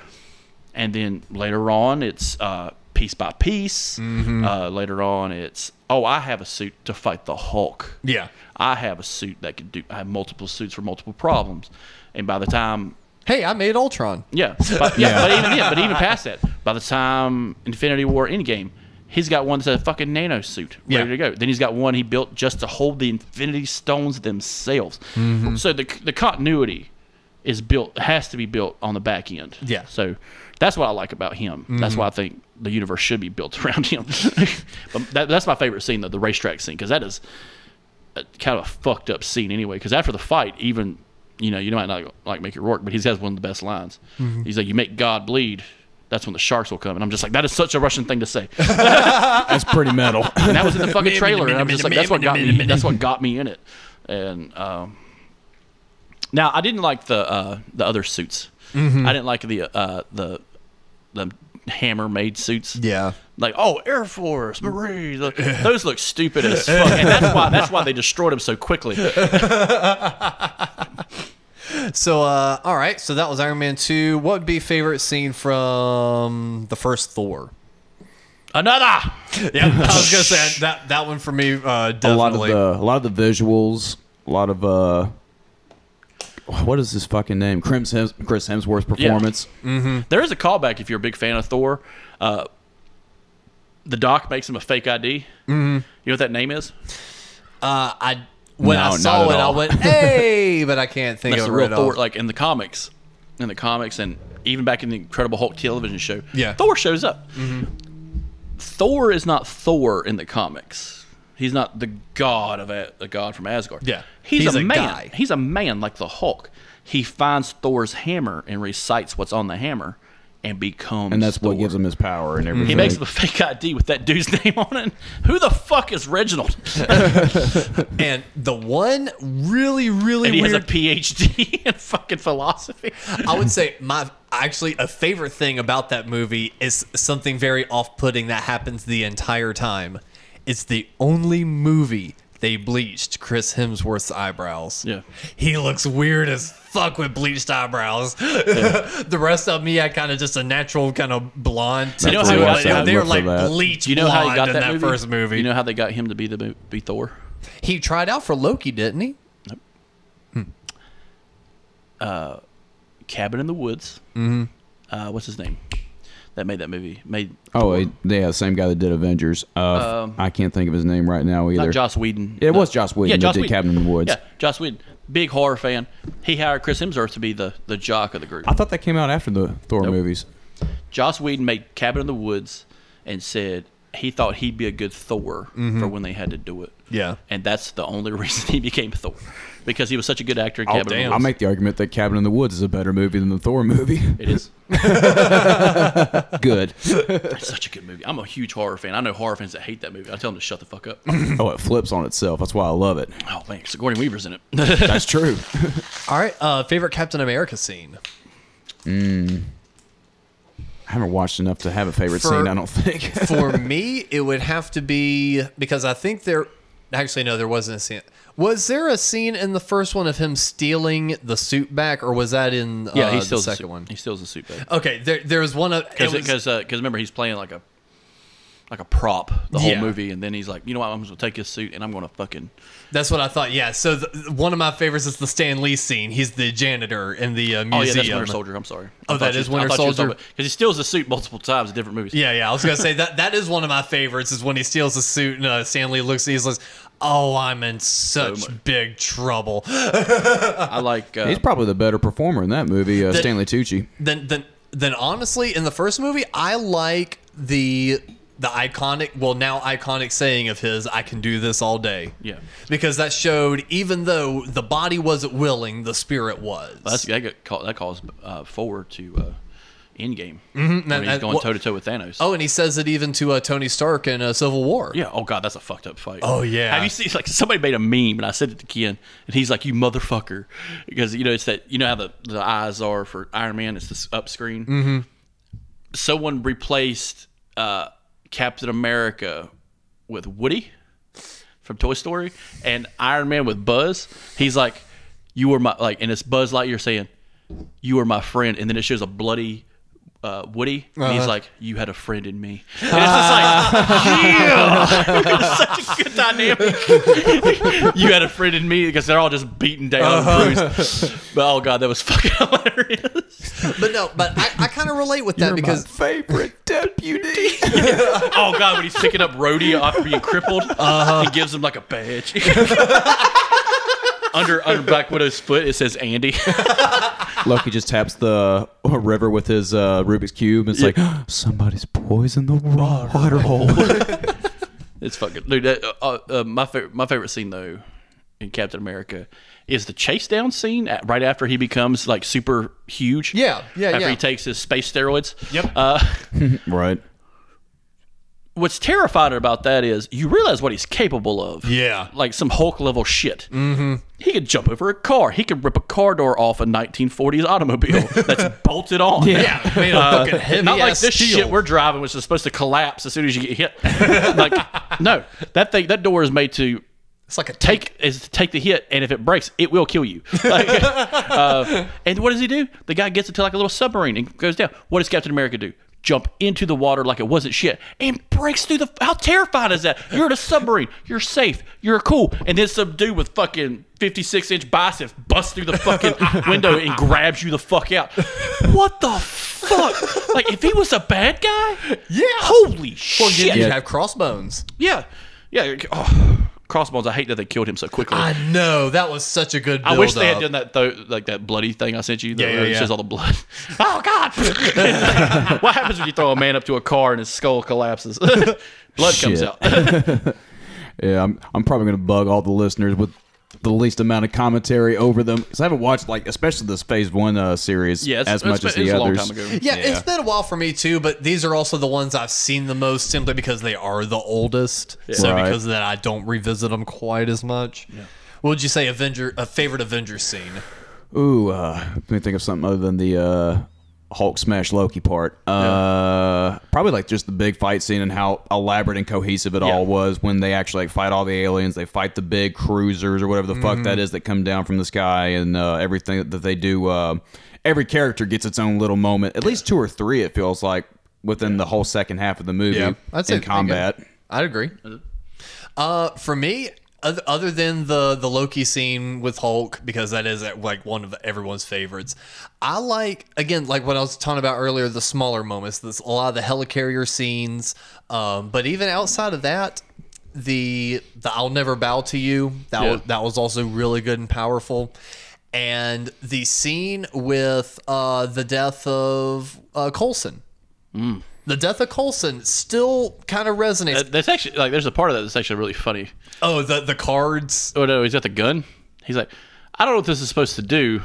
C: And then later on, it's uh, piece by piece.
A: Mm-hmm.
C: Uh, later on, it's oh, I have a suit to fight the Hulk.
A: Yeah.
C: I have a suit that can do. I have multiple suits for multiple problems. And by the time
A: Hey, I made Ultron.
C: yeah, but, yeah, but even yeah, but even past that, by the time Infinity War Endgame, He's got one that's a fucking nano suit ready
A: Yeah.
C: to go. Then he's got one he built just to hold the Infinity Stones themselves. So the the continuity is built has to be built on the back end.
A: Yeah.
C: So that's what I like about him. That's why I think the universe should be built around him. but that, that's my favorite scene, though, the racetrack scene, because that is a, kind of a fucked up scene anyway. Because after the fight, even you know you might not like make it work, but he has one of the best lines. He's like, "You make God bleed." That's when the sharks will come, and I'm just like, that is such a Russian thing to say.
B: That's pretty metal.
C: And that was in the fucking trailer, and I'm just like, that's what got me. That's what got me in it. And um, now I didn't like the uh, the other suits. I didn't like the uh, the the hammer made suits.
A: Yeah.
C: Like oh, Air Force, Marines, uh, those look stupid as fuck, and that's why that's why they destroyed them so quickly.
A: So, uh, all right. So that was Iron Man 2. What would be favorite scene from the first Thor?
C: Another.
A: Yeah, I was gonna say that that one for me uh,
B: a lot of
A: definitely.
B: the a lot of the visuals, a lot of uh, what is his fucking name? Chris, Hems- Chris Hemsworth's performance.
C: There is a callback if you're a big fan of Thor. Uh, the doc makes him a fake ID. Mm-hmm. You know what that name is?
A: uh, I when
B: No,
A: I
B: not
A: saw
B: at
A: it, I
B: all.
A: went hey, but I can't think
C: That's
A: of
C: the
A: it
C: real
A: right
C: Thor,
A: off.
C: like in the comics, in the comics, and even back in the Incredible Hulk television show.
A: Yeah. Mm-hmm.
C: Thor shows up. Thor is not Thor in the comics. He's not the god of a, the god from Asgard.
A: Yeah.
C: he's,
A: He's
C: a,
A: a
C: man.
A: guy.
C: He's a man like the Hulk. He finds Thor's hammer and recites what's on the hammer, and becomes.
B: And that's
C: Thor.
B: what gives him his power and everything.
C: He makes him a fake ID with that dude's name on it. Who the fuck is Reginald?
A: and the one really really
C: And he has a
A: weird.
C: PhD in fucking philosophy.
A: I would say my actually a favorite thing about that movie is something very off-putting that happens the entire time. It's the only movie they bleached Chris Hemsworth's eyebrows.
C: Yeah.
A: He looks weird as fuck with bleached eyebrows. the rest of me, I kind of just a natural kind of blonde.
C: You know
A: tattoo.
C: how-
A: They-
C: I
A: they were
B: look
A: like
B: for that.
A: bleach
C: Do you know how he
A: blonde
C: got
A: in
C: that,
A: that, first movie.
C: You know how they got him to be the mo- be Thor?
A: he tried out for Loki, didn't he?
C: Cabin in the Woods. Mm-hmm. Uh, what's his name? That made that movie. Made
B: Oh, he- yeah, same guy that did Avengers. Uh, I can't think of his name right now either.
C: Um, not Joss Whedon.
B: It was Joss Whedon that did Cabin in the Woods.
C: Yeah, Joss Whedon, big horror fan. He hired Chris Hemsworth to be the the jock of the group.
B: I thought that came out after the Thor
C: Nope.
B: movies.
C: Joss Whedon made Cabin in the Woods and said he thought he'd be a good Thor for when they had to do it.
A: Mm-hmm. Yeah.
C: and that's the only reason he became Thor because he was such a good actor. in Cabin in the
A: Oh, damn.
B: I'll
C: Woods.
B: make the argument that Cabin in the Woods is a better movie than the Thor movie.
C: It is.
B: Good.
C: It's such a good movie. I'm a huge horror fan. I know horror fans that hate that movie. I tell them to shut the fuck up.
B: oh, it flips on itself. That's why I love it.
C: Oh man, Sigourney Weaver's in it.
B: That's true.
A: All right. Uh, favorite Captain America scene.
B: I haven't watched enough to have a favorite
A: For-
B: scene. I don't think.
A: for me, it would have to be because I think there. Actually, no, there wasn't a scene. Was there a scene in the first one of him stealing the suit back, or was that in uh,
C: yeah, he
A: the
C: steals
A: second
C: the Uh, suit.
A: one?
C: He steals the suit back
A: Okay, there, there was one of it was-
C: because uh, remember he's playing like a like a prop the whole
A: Yeah.
C: movie, and then he's like, you know what, I'm just gonna take his suit and I'm gonna fucking
A: that's what I thought. Yeah, so the, one of my favorites is the Stan Lee scene. He's the janitor in the uh, museum.
C: oh yeah, that's Winter Soldier. I'm sorry.
A: Oh, that is Winter Soldier.
C: because he steals the suit multiple times in different movies.
A: Yeah, yeah. I was gonna say that that is one of my favorites is when he steals the suit and uh, Stan Lee looks and he's like, "Oh, I'm in such
C: much.
A: big trouble."
C: I like. Uh,
B: He's probably the better performer in that movie, uh,
A: That-
B: Stanley Tucci.
A: then then then honestly in the first movie I like the the iconic well now iconic saying of his I can do this all day.
C: Yeah.
A: Because that showed even though the body wasn't willing the spirit was.
C: that's, that got call, that calls uh, forward to uh, Endgame. When he's
A: and-
C: going
A: Mm-hmm. what-
C: toe to toe with Thanos.
A: oh and he says it even to uh, Tony Stark in uh, Civil War.
C: Yeah. Oh god, that's a fucked up fight.
A: Oh, yeah.
C: Have you seen like somebody made a meme and I said it to Ken and he's like, "You motherfucker," because you know it's that you know how the, the eyes are for Iron Man. It's this up screen. Mm-hmm. Someone replaced uh, Captain America with Woody from Toy Story and Iron Man with Buzz. He's like, "You were my like," and it's Buzz Lightyear saying, "You were my friend," and then it shows a bloody uh, Woody, and he's
A: Uh-huh.
C: like, "You had a friend in me," and it's just like, yeah, It's such a good dynamic. you had a friend in me because they're all just beaten down, and
A: Uh-huh.
C: bruised. But oh god, that was fucking hilarious.
A: But no, but I, I kind of relate with that because
B: favorite deputy.
C: oh god, when he's picking up Rhodey after being crippled,
A: Uh-huh.
C: he gives him like a badge. under under Black Widow's foot, it says Andy.
B: Loki just taps the river with his uh, Rubik's cube. And it's like somebody's poisoned the water hole.
C: It's fucking dude. That, uh, uh, my favorite, my favorite scene though in Captain America is the chase down scene at, right after he becomes like super huge.
A: Yeah, yeah,
C: After
A: yeah.
C: he takes his space steroids.
A: Yep.
C: Uh,
B: right.
C: what's terrifying about that is you realize what he's capable of.
A: Yeah.
C: Like some Hulk level shit. Mm-hmm. He could jump over a car. He could rip a car door off a 1940s automobile that's bolted on.
A: yeah, made a fucking heavy
C: Uh, Not like
A: ass
C: this
A: steel.
C: shit we're driving, which is supposed to collapse as soon as you get hit. like, no, that thing, that door is made to
A: it's like a take.
C: take is take the hit, and if it breaks, it will kill you. Like, uh, and what does he do? The guy gets into like a little submarine and goes down. What does Captain America do? Jump into the water like it wasn't shit and breaks through the. How terrifying is that? You're in a submarine. You're safe. You're cool. And then some dude with fucking 56 inch biceps busts through the fucking window and grabs you the fuck out. What the fuck? Like, if he was a bad guy? Yeah. Holy
A: Well,
C: shit.
A: did you
B: Yeah.
A: have crossbones?
C: Yeah. Yeah. Oh, crossbones. I hate that they killed him so quickly.
A: I know that was such a good.
C: I wish they had
A: build-up.
C: done that though, like that bloody thing I sent you. That
A: Yeah, yeah,
C: where it
A: yeah.
C: shows all the blood. Oh God! what happens when you throw a man up to a car and his skull collapses? blood comes
B: Shit.
C: out.
B: Yeah, I'm, I'm probably going to bug all the listeners with the least amount of commentary over them because I haven't watched like especially this Phase One uh, series
C: yeah, it's,
B: as much
C: it's,
B: as the
C: it's a long
B: others.
C: time ago.
A: Yeah, it's been a while for me too, but these are also the ones I've seen the most simply because they are the oldest. So
B: Right.
A: because of that, I don't revisit them quite as much. What would you say Avenger a favorite Avenger scene?
B: Ooh, uh, let me think of something other than the uh, Hulk smash Loki part. Uh, Probably like just the big fight scene and how elaborate and cohesive it
C: Yeah.
B: all was when they actually like fight all the aliens. They fight the big cruisers or whatever the fuck
C: Mm-hmm.
B: that is that come down from the sky and uh, everything that they do. Uh, every character gets its own little moment, at least two or three. It feels like within the whole second half of the movie.
A: I'd say
B: in combat.
A: I'd agree. Uh, for me, oth- other than the the Loki scene with Hulk, because that is uh, like one of everyone's favorites. I like again, like what I was talking about earlier, the smaller moments. This a lot of the helicarrier scenes, um, but even outside of that, the the I'll never bow to you. That
C: Yeah.
A: was, that was also really good and powerful. And the scene with uh, the death of uh, Colson. The death of Colson still kind of resonates.
C: Uh, That's actually like there's a part of that that's actually really funny.
A: Oh, the the cards.
C: Oh no, he's got the gun. He's like, I don't know what this is supposed to do.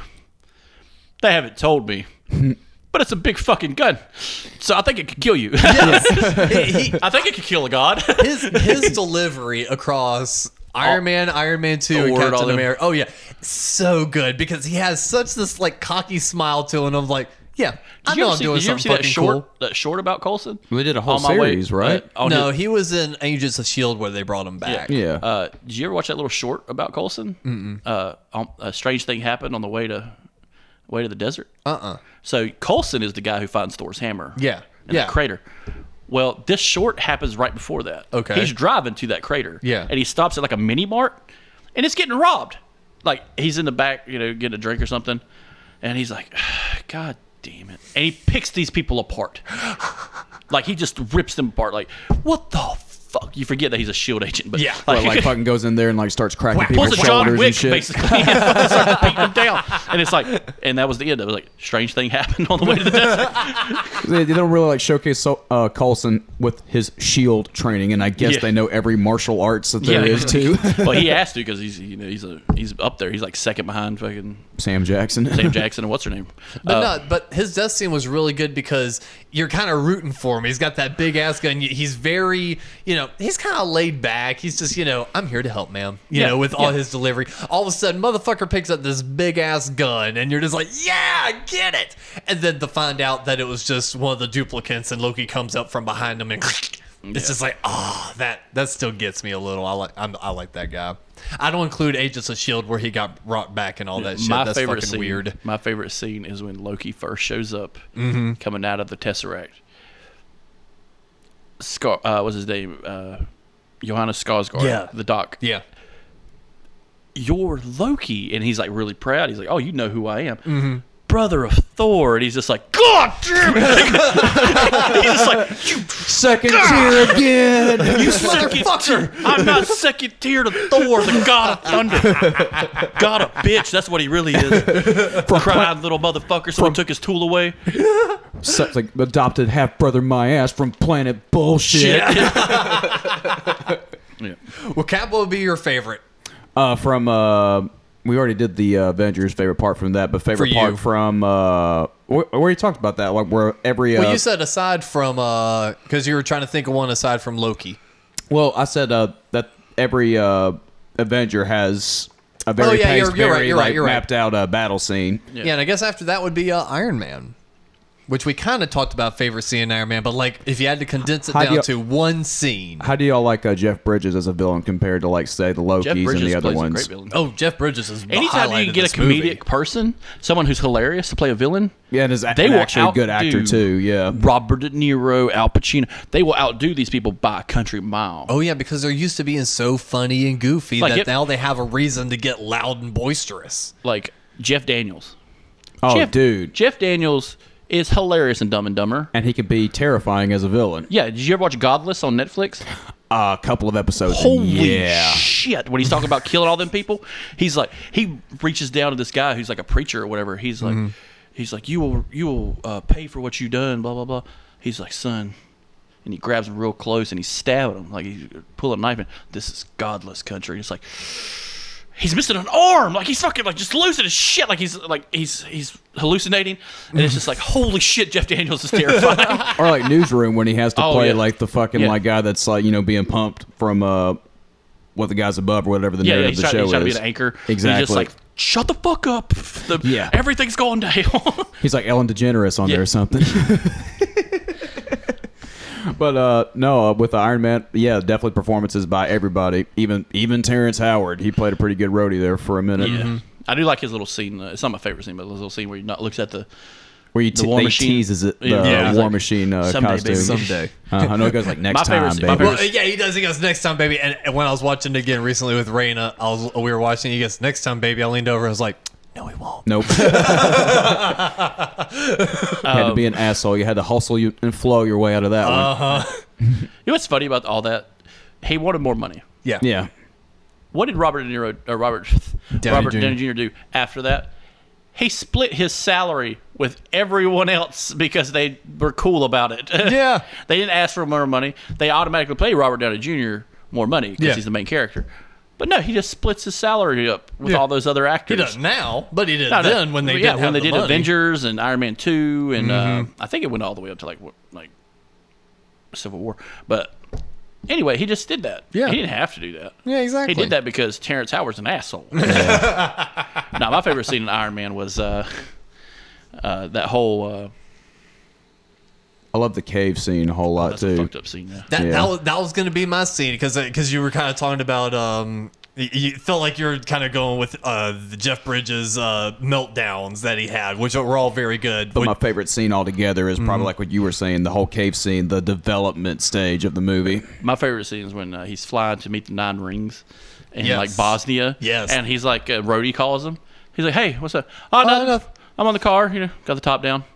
C: They haven't told me, but it's a big fucking gun, so I think it could kill you.
A: He-
C: I think it could kill a god.
A: his his delivery across
C: Oh.
A: Iron Man, Iron Man Two, and
C: Thor, all
A: Captain
C: them.
A: America. Oh yeah, so good because he has such this like cocky smile to him. I'm like, yeah, I
C: Did you
A: know
C: ever
A: I'm
C: see-
A: doing
C: did you
A: something
C: ever see that
A: fucking
C: short,
A: cool.
C: That short about Colson.
B: We did a whole
C: On my way-
B: series, right?
C: uh, on
A: No,
C: his-
A: he was in Agents of Shield E where they brought him back.
B: Yeah.
C: Uh, did you ever watch that little short about Colson? mm Uh, um, a strange thing happened on the way to way to the desert.
A: Uh uh
C: So Colson is the guy who finds Thor's hammer.
A: Yeah.
C: In
A: Yeah.
C: the crater. Well, this short happens right before that.
A: Okay.
C: He's driving to that crater.
A: Yeah.
C: And he stops at like a mini mart, and it's getting robbed. Like he's in the back, you know, getting a drink or something, and he's like, "God damn it!" And he picks these people apart. like he just rips them apart. Like what the fuck? You forget that he's a shield agent, but
A: Yeah.
B: But like fucking goes in there and like starts cracking people's
C: pulls a John
B: shoulders
C: Wick
B: and shit.
C: basically and fucking starts beating him down. And it's like, and that was the end. It was like, strange thing happened on the way to the desert.
B: they, they don't really like showcase so, uh, Coulson with his shield training, and I guess
C: Yeah.
B: they know every martial arts that there
C: Yeah.
B: is too.
C: well, he has to because he's you know he's a, he's up there. He's like second behind fucking
B: Sam Jackson.
C: Sam Jackson and what's her name. Uh,
A: But no, but his death scene was really good because you're kind of rooting for him. He's got that big ass gun. He's very, you know, he's kind of laid back. He's just, you know, I'm here to help, ma'am. You
C: Yeah,
A: know, with all
C: yeah.
A: his delivery. All of a sudden, motherfucker picks up this big ass gun, and you're just like, yeah, get it. And then to find out that it was just one of the duplicates, and Loki comes up from behind him and It's just like, ah, that that still gets me a little. I like I'm, I like that guy. I don't include Agents of Shield where he got brought back and all that shit.
C: my
A: That's
C: favorite
A: fucking
C: scene,
A: weird. Mm-hmm.
C: My favorite scene is when Loki first shows up, coming out of the Tesseract. Scar, uh, what's his name? Uh, Johannes Skarsgård,
A: Yeah.
C: the Doc.
A: Yeah,
C: You're Loki, and he's like really proud. He's like, "Oh, you know who I am." Brother of Thor, and he's just like, God damn it! he's just like, you
B: Second
A: Ah!
B: tier again.
C: You second tier. I'm not second tier to Thor, the god of thunder. god of bitch. That's what he really is. Crying little motherfucker. Someone took his tool away.
B: Such like adopted half brother my ass from planet bullshit.
A: well, Cap would be your favorite.
B: Uh, from uh, we already did the uh, Avengers favorite part from that, but favorite
A: For
B: part
A: you.
B: from uh, we we already talked about that. Like where every uh,
A: Well, you said aside from uh, because you were trying to think of one aside from Loki.
B: Well, I said uh, that every uh, Avenger has a very
A: Oh, yeah,
B: paced,
A: you're- you're right,
B: very,
A: you're right,
B: like,
A: you're right.
B: mapped out uh, battle scene.
A: Yeah. and I guess after that would be uh, Iron Man, which we kind of talked about favorite scene in Iron Man, but like if you had to condense it
B: How do
A: down
B: you-
A: to one scene.
B: How do y'all like uh, Jeff Bridges as a villain compared to like say the Loki's
C: Jeff
B: and
C: Bridges
B: the other
C: plays a
B: ones?
C: great villain.
A: Oh, Jeff Bridges is the
C: Anytime
A: highlight
C: you
A: of
C: can get a
A: this
C: comedic
A: movie.
C: person, someone who's hilarious to play a villain,
B: Yeah, and is a-
C: They
B: an
C: will
B: actually a good actor
C: outdo-
B: too. Yeah,
C: Robert De Niro, Al Pacino, they will outdo these people by a country mile.
A: Oh yeah, because they're used to being so funny and goofy
C: Like
A: that
C: it-
A: now they have a reason to get loud and boisterous.
C: Like Jeff Daniels.
B: oh
C: Jeff,
B: dude,
C: Jeff Daniels is hilarious in Dumb and Dumber.
B: and he could be terrifying as a villain.
C: Yeah, did you ever watch Godless on Netflix?
B: Uh, a couple of episodes. and
C: Holy
B: yeah.
C: shit! When he's talking about killing all them people, he's like he reaches down to this guy who's like a preacher or whatever. He's like, he's like, you will you will uh, pay for what you done. Blah blah blah. He's like, son, and he grabs him real close and he's stabbing him like he's pulling a knife. And this is godless country. And it's like he's missing an arm. Like he's fucking like just losing his shit. Like he's like he's he's hallucinating. And it's just like holy shit, Jeff Daniels is terrifying.
B: or like newsroom when he has to
C: Oh,
B: play
C: yeah.
B: like the fucking
C: Yeah.
B: like guy that's like you know being pumped from uh what the guys above or whatever the narrative
C: he's
B: of the
C: trying,
B: show
C: he's trying to be
B: is.
C: an anchor.
B: Exactly.
C: He's just like, shut the fuck up. The-
B: Yeah. Mm-hmm.
C: Everything's going down.
B: He's like Ellen DeGeneres on
C: Yeah.
B: there or something. but uh, no, uh, with the Iron Man, yeah, definitely performances by everybody. Even even Terrence Howard, he played a pretty good roadie there for a minute.
C: I do like his little scene. Uh, it's not my favorite scene, but his little scene where he not, looks at the.
B: Where he te-
C: War
B: they
C: Machine.
B: teases it, the
C: Yeah.
B: uh, War Machine uh,
C: Someday,
B: costume.
C: baby.
A: Someday.
B: Uh, I know it goes like next
C: My favorite-
B: time,
C: my
B: baby.
C: favorite-
A: Well, yeah, he does. He goes next time, baby. And and when I was watching it again recently with Raina, I was we were watching. He goes next time, baby. I leaned over. and was like, no, he won't.
B: Nope. you had to be an
C: Um,
B: asshole. You had to hustle you and flow your way out of that
C: Uh-huh.
B: one.
C: You know what's funny about all that? He wanted more money.
A: Yeah,
B: Yeah.
C: What did Robert De Niro, uh, Robert, Robert Downey Jr. do after that? He split his salary with everyone else because they were cool about it.
A: Yeah.
C: they didn't ask for more money. They automatically pay Robert Downey Jr. more money because
A: Yeah.
C: he's the main character. But no, he just splits his salary up with
A: Yeah.
C: all those other
A: He
C: actors.
A: does now, but he did
C: No,
A: not
C: no,
A: then when they
C: yeah,
A: did
C: when they
A: the
C: did
A: money. Mm-hmm.
C: Avengers and Iron Man two, and uh, I think it went all the way up to like what, like Civil War. But anyway, he just did that.
A: Yeah.
C: he didn't have to do that.
A: Yeah, exactly.
C: He did that because Terrence Howard's an asshole. no, my favorite scene in Iron Man was uh, uh, that whole uh,
B: I love the cave scene a whole lot
C: that's a
B: too.
C: fucked up scene. Yeah.
A: That,
B: Yeah.
A: that was, that was going to be my scene because because you were kind of talking about um y- you felt like you were kind of going with uh the Jeff Bridges uh meltdowns that he had, which were all very good.
B: But
A: Which-
B: my favorite scene altogether is
C: Mm-hmm.
B: probably like what you were saying, the whole cave scene, the development stage of the movie.
C: My favorite scene is when uh, he's flying to meet the Nine Rings in
A: Yes.
C: like Bosnia.
A: Yes.
C: And he's like, uh, Rhodey calls him. He's like, hey, what's up? Oh, no,
A: enough.
C: I'm on the car, you know, got the top down.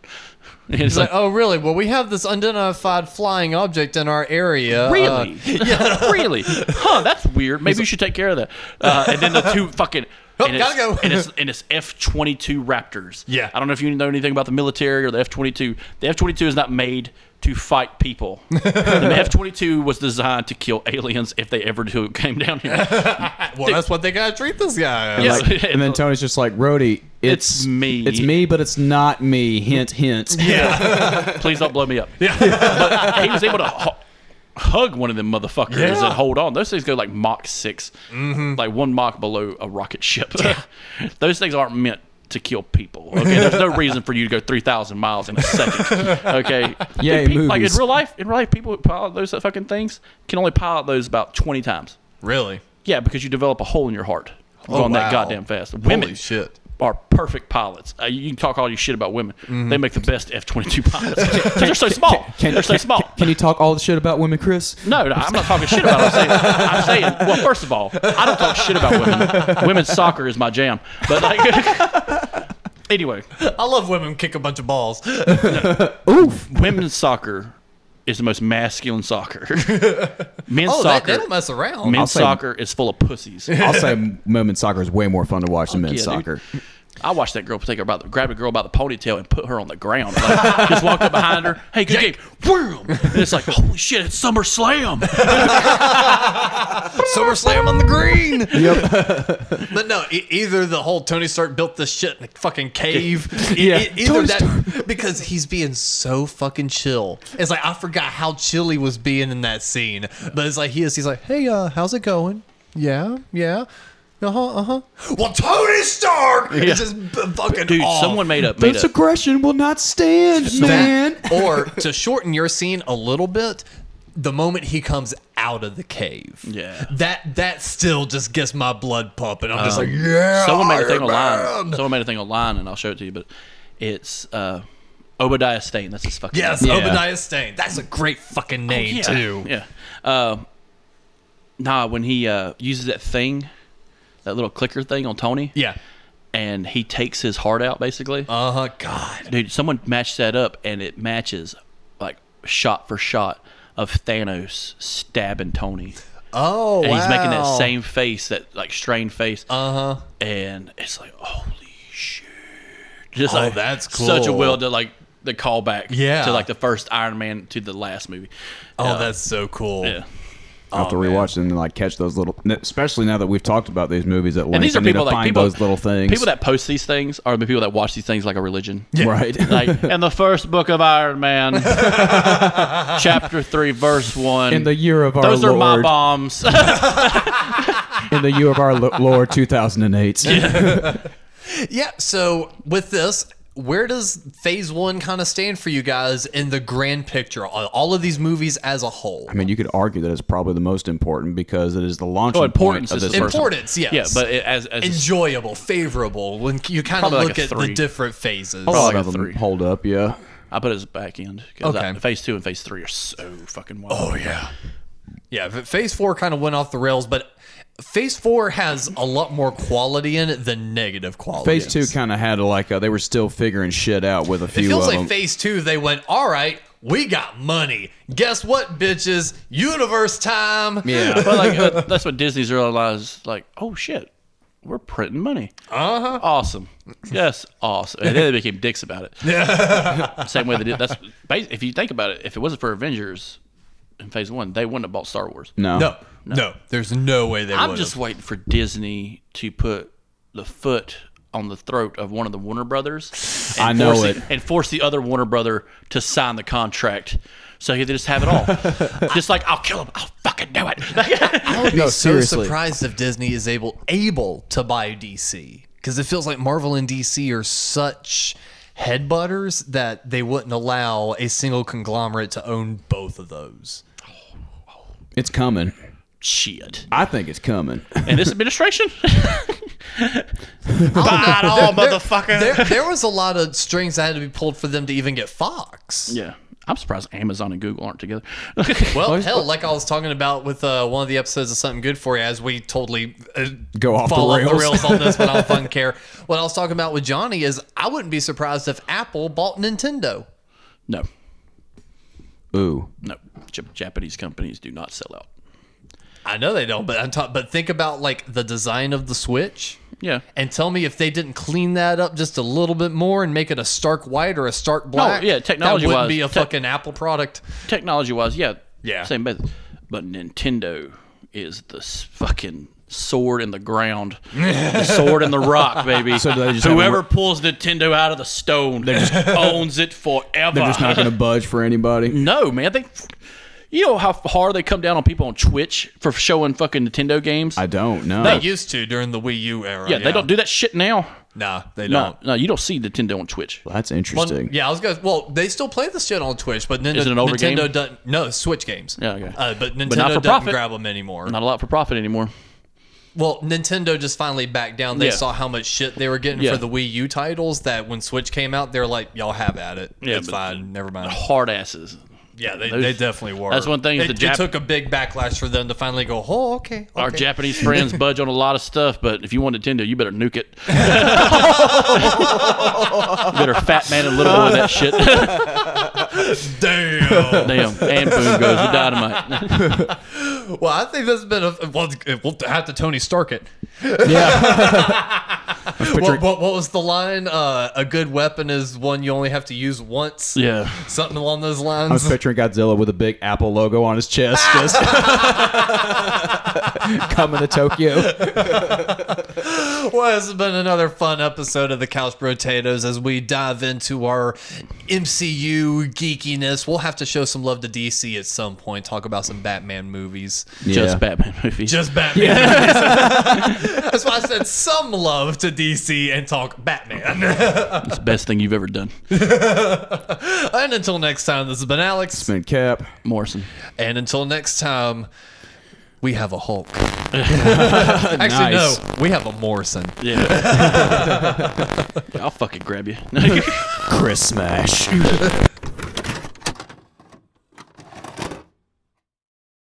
C: And he's like,
A: oh really? Well, we have this unidentified flying object in our area. uh,
C: really? really? Huh, that's weird. Maybe you should take care of that. Uh, and then the two fucking.
A: Oh,
C: and, it's,
A: gotta go.
C: and it's and it's F twenty two Raptors.
A: Yeah.
C: I don't know if you know anything about the military or the F twenty two. The F twenty two is not made to fight people. the F twenty two was designed to kill aliens if they ever do, came down here.
A: well, that's what they gotta treat this guy. as.
C: Yeah.
B: Like, and then Tony's just like, Rhodey, it's,
C: It's me.
B: It's me, but it's not me. Hint, hint.
C: please don't blow me up. but he was able to hu- hug one of them motherfuckers
A: Yeah. Mm-hmm.
C: and hold on. Those things go like Mach 6, like one Mach below a rocket ship. Those things aren't meant to kill people. Okay, there's no reason for you to go three thousand miles in a second. Okay,
B: Yeah,
C: Dude,
B: in
C: pe- like in
B: movies.
C: real life, in real life, people who pilot those fucking things can only pilot those about twenty times.
A: Really?
C: Yeah, because you develop a hole in your heart
A: Oh,
C: going that
A: wow.
C: goddamn fast. Women
A: Holy shit.
C: are perfect pilots. Uh, you can talk all your shit about women. They make the best F twenty two pilots. 'Cause they're so small. they're so small.
B: Mm-hmm. Can you talk all the shit about women, Chris?
C: No, no, I'm not talking shit about. It. I'm saying, I'm saying. Well, first of all, I don't talk shit about women. Women's soccer is my jam. But like, anyway,
A: I love women kick a bunch of balls.
C: women's soccer is the most masculine soccer. Men's
A: Oh, they,
C: soccer.
A: they don't mess around.
C: men's
B: say-
C: soccer is full of pussies.
B: I'll say women's soccer is way more fun to watch than men's
C: Oh, yeah,
B: soccer.
C: I watched that girl take her by the grab a girl by the ponytail and put her on the ground. Like, just walked up behind her. Hey, good game. Wham! And it's like, holy shit, it's Summer Slam.
A: SummerSlam on the green.
B: Yep.
A: But no, e- either the whole Tony Stark built this shit in a fucking cave. E-
B: Yeah.
A: e- either
B: Tony
A: that because he's being so fucking chill. It's like I forgot how chill he was being in that scene. But it's like he is. He's like, hey, uh, how's it going? Yeah, yeah. Uh huh. Uh huh. Well, Tony Stark is just b- fucking
C: Dude,
A: off.
C: someone made up. Made
B: This
C: a,
B: aggression will not stand, man.
A: That- or to shorten your scene a little bit, the moment he comes out of the cave,
C: Yeah. Um,
A: that that still just gets my blood pumping. I'm just like, yeah.
C: someone made a thing
A: Iron Man."
C: online. Someone made a thing online, and I'll show it to you. But it's uh, Obadiah Stane. That's his fucking
A: Yes,
B: Yeah.
C: name.
A: Obadiah Stane. That's a great fucking name
C: Oh, yeah.
A: too.
C: Yeah. Uh, nah, when he uh, uses that thing, that little clicker thing on Tony,
A: Yeah.
C: and he takes his heart out basically.
A: Uh huh. God.
C: Dude, someone matched that up, and it matches like shot for shot of Thanos stabbing Tony,
A: Oh
C: and
A: wow.
C: he's making that same face, that like strained face,
A: Uh huh.
C: and it's like holy shit! Just
A: Oh,
C: like
A: that's
C: Such a
A: cool.
C: will to like the callback,
A: Yeah.
C: to like the first Iron Man to the last movie.
A: Oh,
C: Uh,
A: that's so cool.
C: yeah.
B: I'll have to
C: Oh,
B: rewatch and like catch those little, especially now that we've talked about these movies at length.
C: And these
B: I
C: are
B: need
C: people
B: to
C: like
B: find
C: people
B: those little things.
C: People that post these things are the people that watch these things like a religion.
B: right.
C: Like in the first book of Iron Man, chapter three, verse one.
B: in the year of our
C: those are
B: Lord,
C: my bombs.
B: in the year of our Lo- Lord 2008.
A: Yeah. So with this. Where does phase one kind of stand for you guys in the grand picture? All all of these movies as a whole.
B: I mean, you could argue that it's probably the most important because it is the launching
C: Oh,
B: point
C: importance
B: of
C: is
B: this
C: the first one.
A: Importance, yes.
C: yeah, but it, as, as
A: enjoyable, favorable. When you kind of
C: Probably like
A: look
C: a
A: at
C: three.
A: the different phases.
B: A lot
C: Probably like a
B: of
C: three.
B: them hold up, yeah.
C: I put it as back end because
A: Okay.
C: phase two and phase three are so fucking wild.
A: Oh yeah, yeah. but Phase four kind of went off the rails, but phase four has a lot more quality in it than negative quality.
B: Phase two kind of had like a, they were still figuring shit out with a
A: It
B: few
A: feels
B: of
A: like
C: um,
B: them.
A: phase two. They went, all right, we got money. Guess what, bitches? Universe time.
B: yeah.
C: but like uh, that's what Disney's realized. Like, oh shit, we're printing money. Uh huh. Awesome. Yes, awesome. And then they became dicks about it. Yeah. Same way they did. That's bas- if you think about it. If it wasn't for Avengers in Phase One, they wouldn't have bought Star Wars.
B: No.
A: No, no, There's no way they.
C: I'm
A: would've.
C: just waiting for Disney to put the foot on the throat of one of the Warner Brothers. And
B: I know
C: force the-
B: it.
C: and force the other Warner Brother to sign the contract. So he could just have it all. just like I'll kill him. I'll fucking do it.
A: I would be
B: No,
A: so
B: seriously.
A: surprised if Disney is able able to buy DC because it feels like Marvel and DC are such headbutters that they wouldn't allow a single conglomerate to own both of those.
B: It's coming.
C: Shit.
B: I think it's coming.
C: And this administration? Buy it all, motherfucker.
A: There, there was a lot of strings that had to be pulled for them to even get Fox.
C: yeah. I'm surprised Amazon and Google aren't together.
A: Well, hell, like I was talking about with uh, one of the episodes of Something Good for You, as we totally uh,
B: Go off the
A: fall off the
B: rails.
A: rails on this, but I don't fucking care. What I was talking about with Johnny is I wouldn't be surprised if Apple bought Nintendo.
C: no,
B: Ooh.
C: no. J- Japanese companies do not sell out.
A: I know they don't, but I'm talking. But think about like the design of the Switch,
C: Yeah.
A: and tell me if they didn't clean that up just a little bit more and make it a stark white or a stark black.
C: yeah,
A: that wouldn't
C: technology-wise,
A: be a
C: tech-
A: fucking Apple product.
C: Technology wise, yeah.
A: Yeah.
C: Same business. But Nintendo is the s- fucking sword in the ground, the sword in the rock, baby.
B: So they just have
C: Whoever
B: a-
C: pulls Nintendo out of the stone owns it forever.
B: They're just not going to budge for anybody.
C: No, man. They, you know how hard they come down on people on Twitch for showing fucking Nintendo games.
B: I don't know.
A: They used to during the Wii U era.
C: yeah, they don't do that shit now.
A: Nah, they
C: No,
A: don't.
C: no, you don't see Nintendo on Twitch.
B: Well, that's
A: Well,
B: interesting.
A: yeah, I was gonna. Well, they still play this shit on Twitch, but Nintendo,
C: Is it an older
A: Nintendo
C: game?
A: doesn't. No, it's Switch games.
C: Yeah, okay.
A: Uh, but Nintendo
C: not for
A: doesn't
C: profit.
A: grab them anymore.
C: Not a lot for profit anymore.
A: Well, Nintendo just finally backed down. They
C: Yeah.
A: saw how much shit they were getting
C: Yeah.
A: for the Wii U titles. That when Switch came out, they're like, "Y'all have at it.
C: Yeah,
A: it's
C: but-
A: fine. Never mind."
C: Hard asses.
A: Oh, Yeah, they,
C: Those-
A: they definitely were.
C: that's one thing is
A: It,
C: the
A: it
C: Jap-
A: took a big backlash for them to finally go, "Oh, okay."
C: Our
A: okay."
C: Japanese friends budge on a lot of stuff, but if you want Nintendo, you better nuke it. you better fat man and little boy that shit.
A: Damn.
C: Damn. And boom goes the dynamite.
A: well, I think this has been a. Well, we'll have to Tony Stark it.
B: Picture-
A: What, what, what was the line? Uh, a good weapon is one you only have to use once.
C: yeah.
A: Something along those
B: I was
A: lines.
B: picturing Godzilla with a big Apple logo on his chest, just coming to Tokyo.
A: Well, this has been another fun episode of the Couch Potatoes as we dive into our MCU geekiness. We'll have to show some love to DC at some point. Talk about some Batman movies.
B: Yeah.
C: Just Batman movies.
A: Just Batman. movies. That's why I said some love to DC and talk Batman.
C: It's the best thing you've ever done.
A: and until next time, this has been Alex.
B: Spin cap.
C: Morrison.
A: And until next time, we have a Hulk. Actually,
B: Nice.
A: no, we have a Morrison.
C: Yeah. I'll fucking grab you.
B: Chris Smash.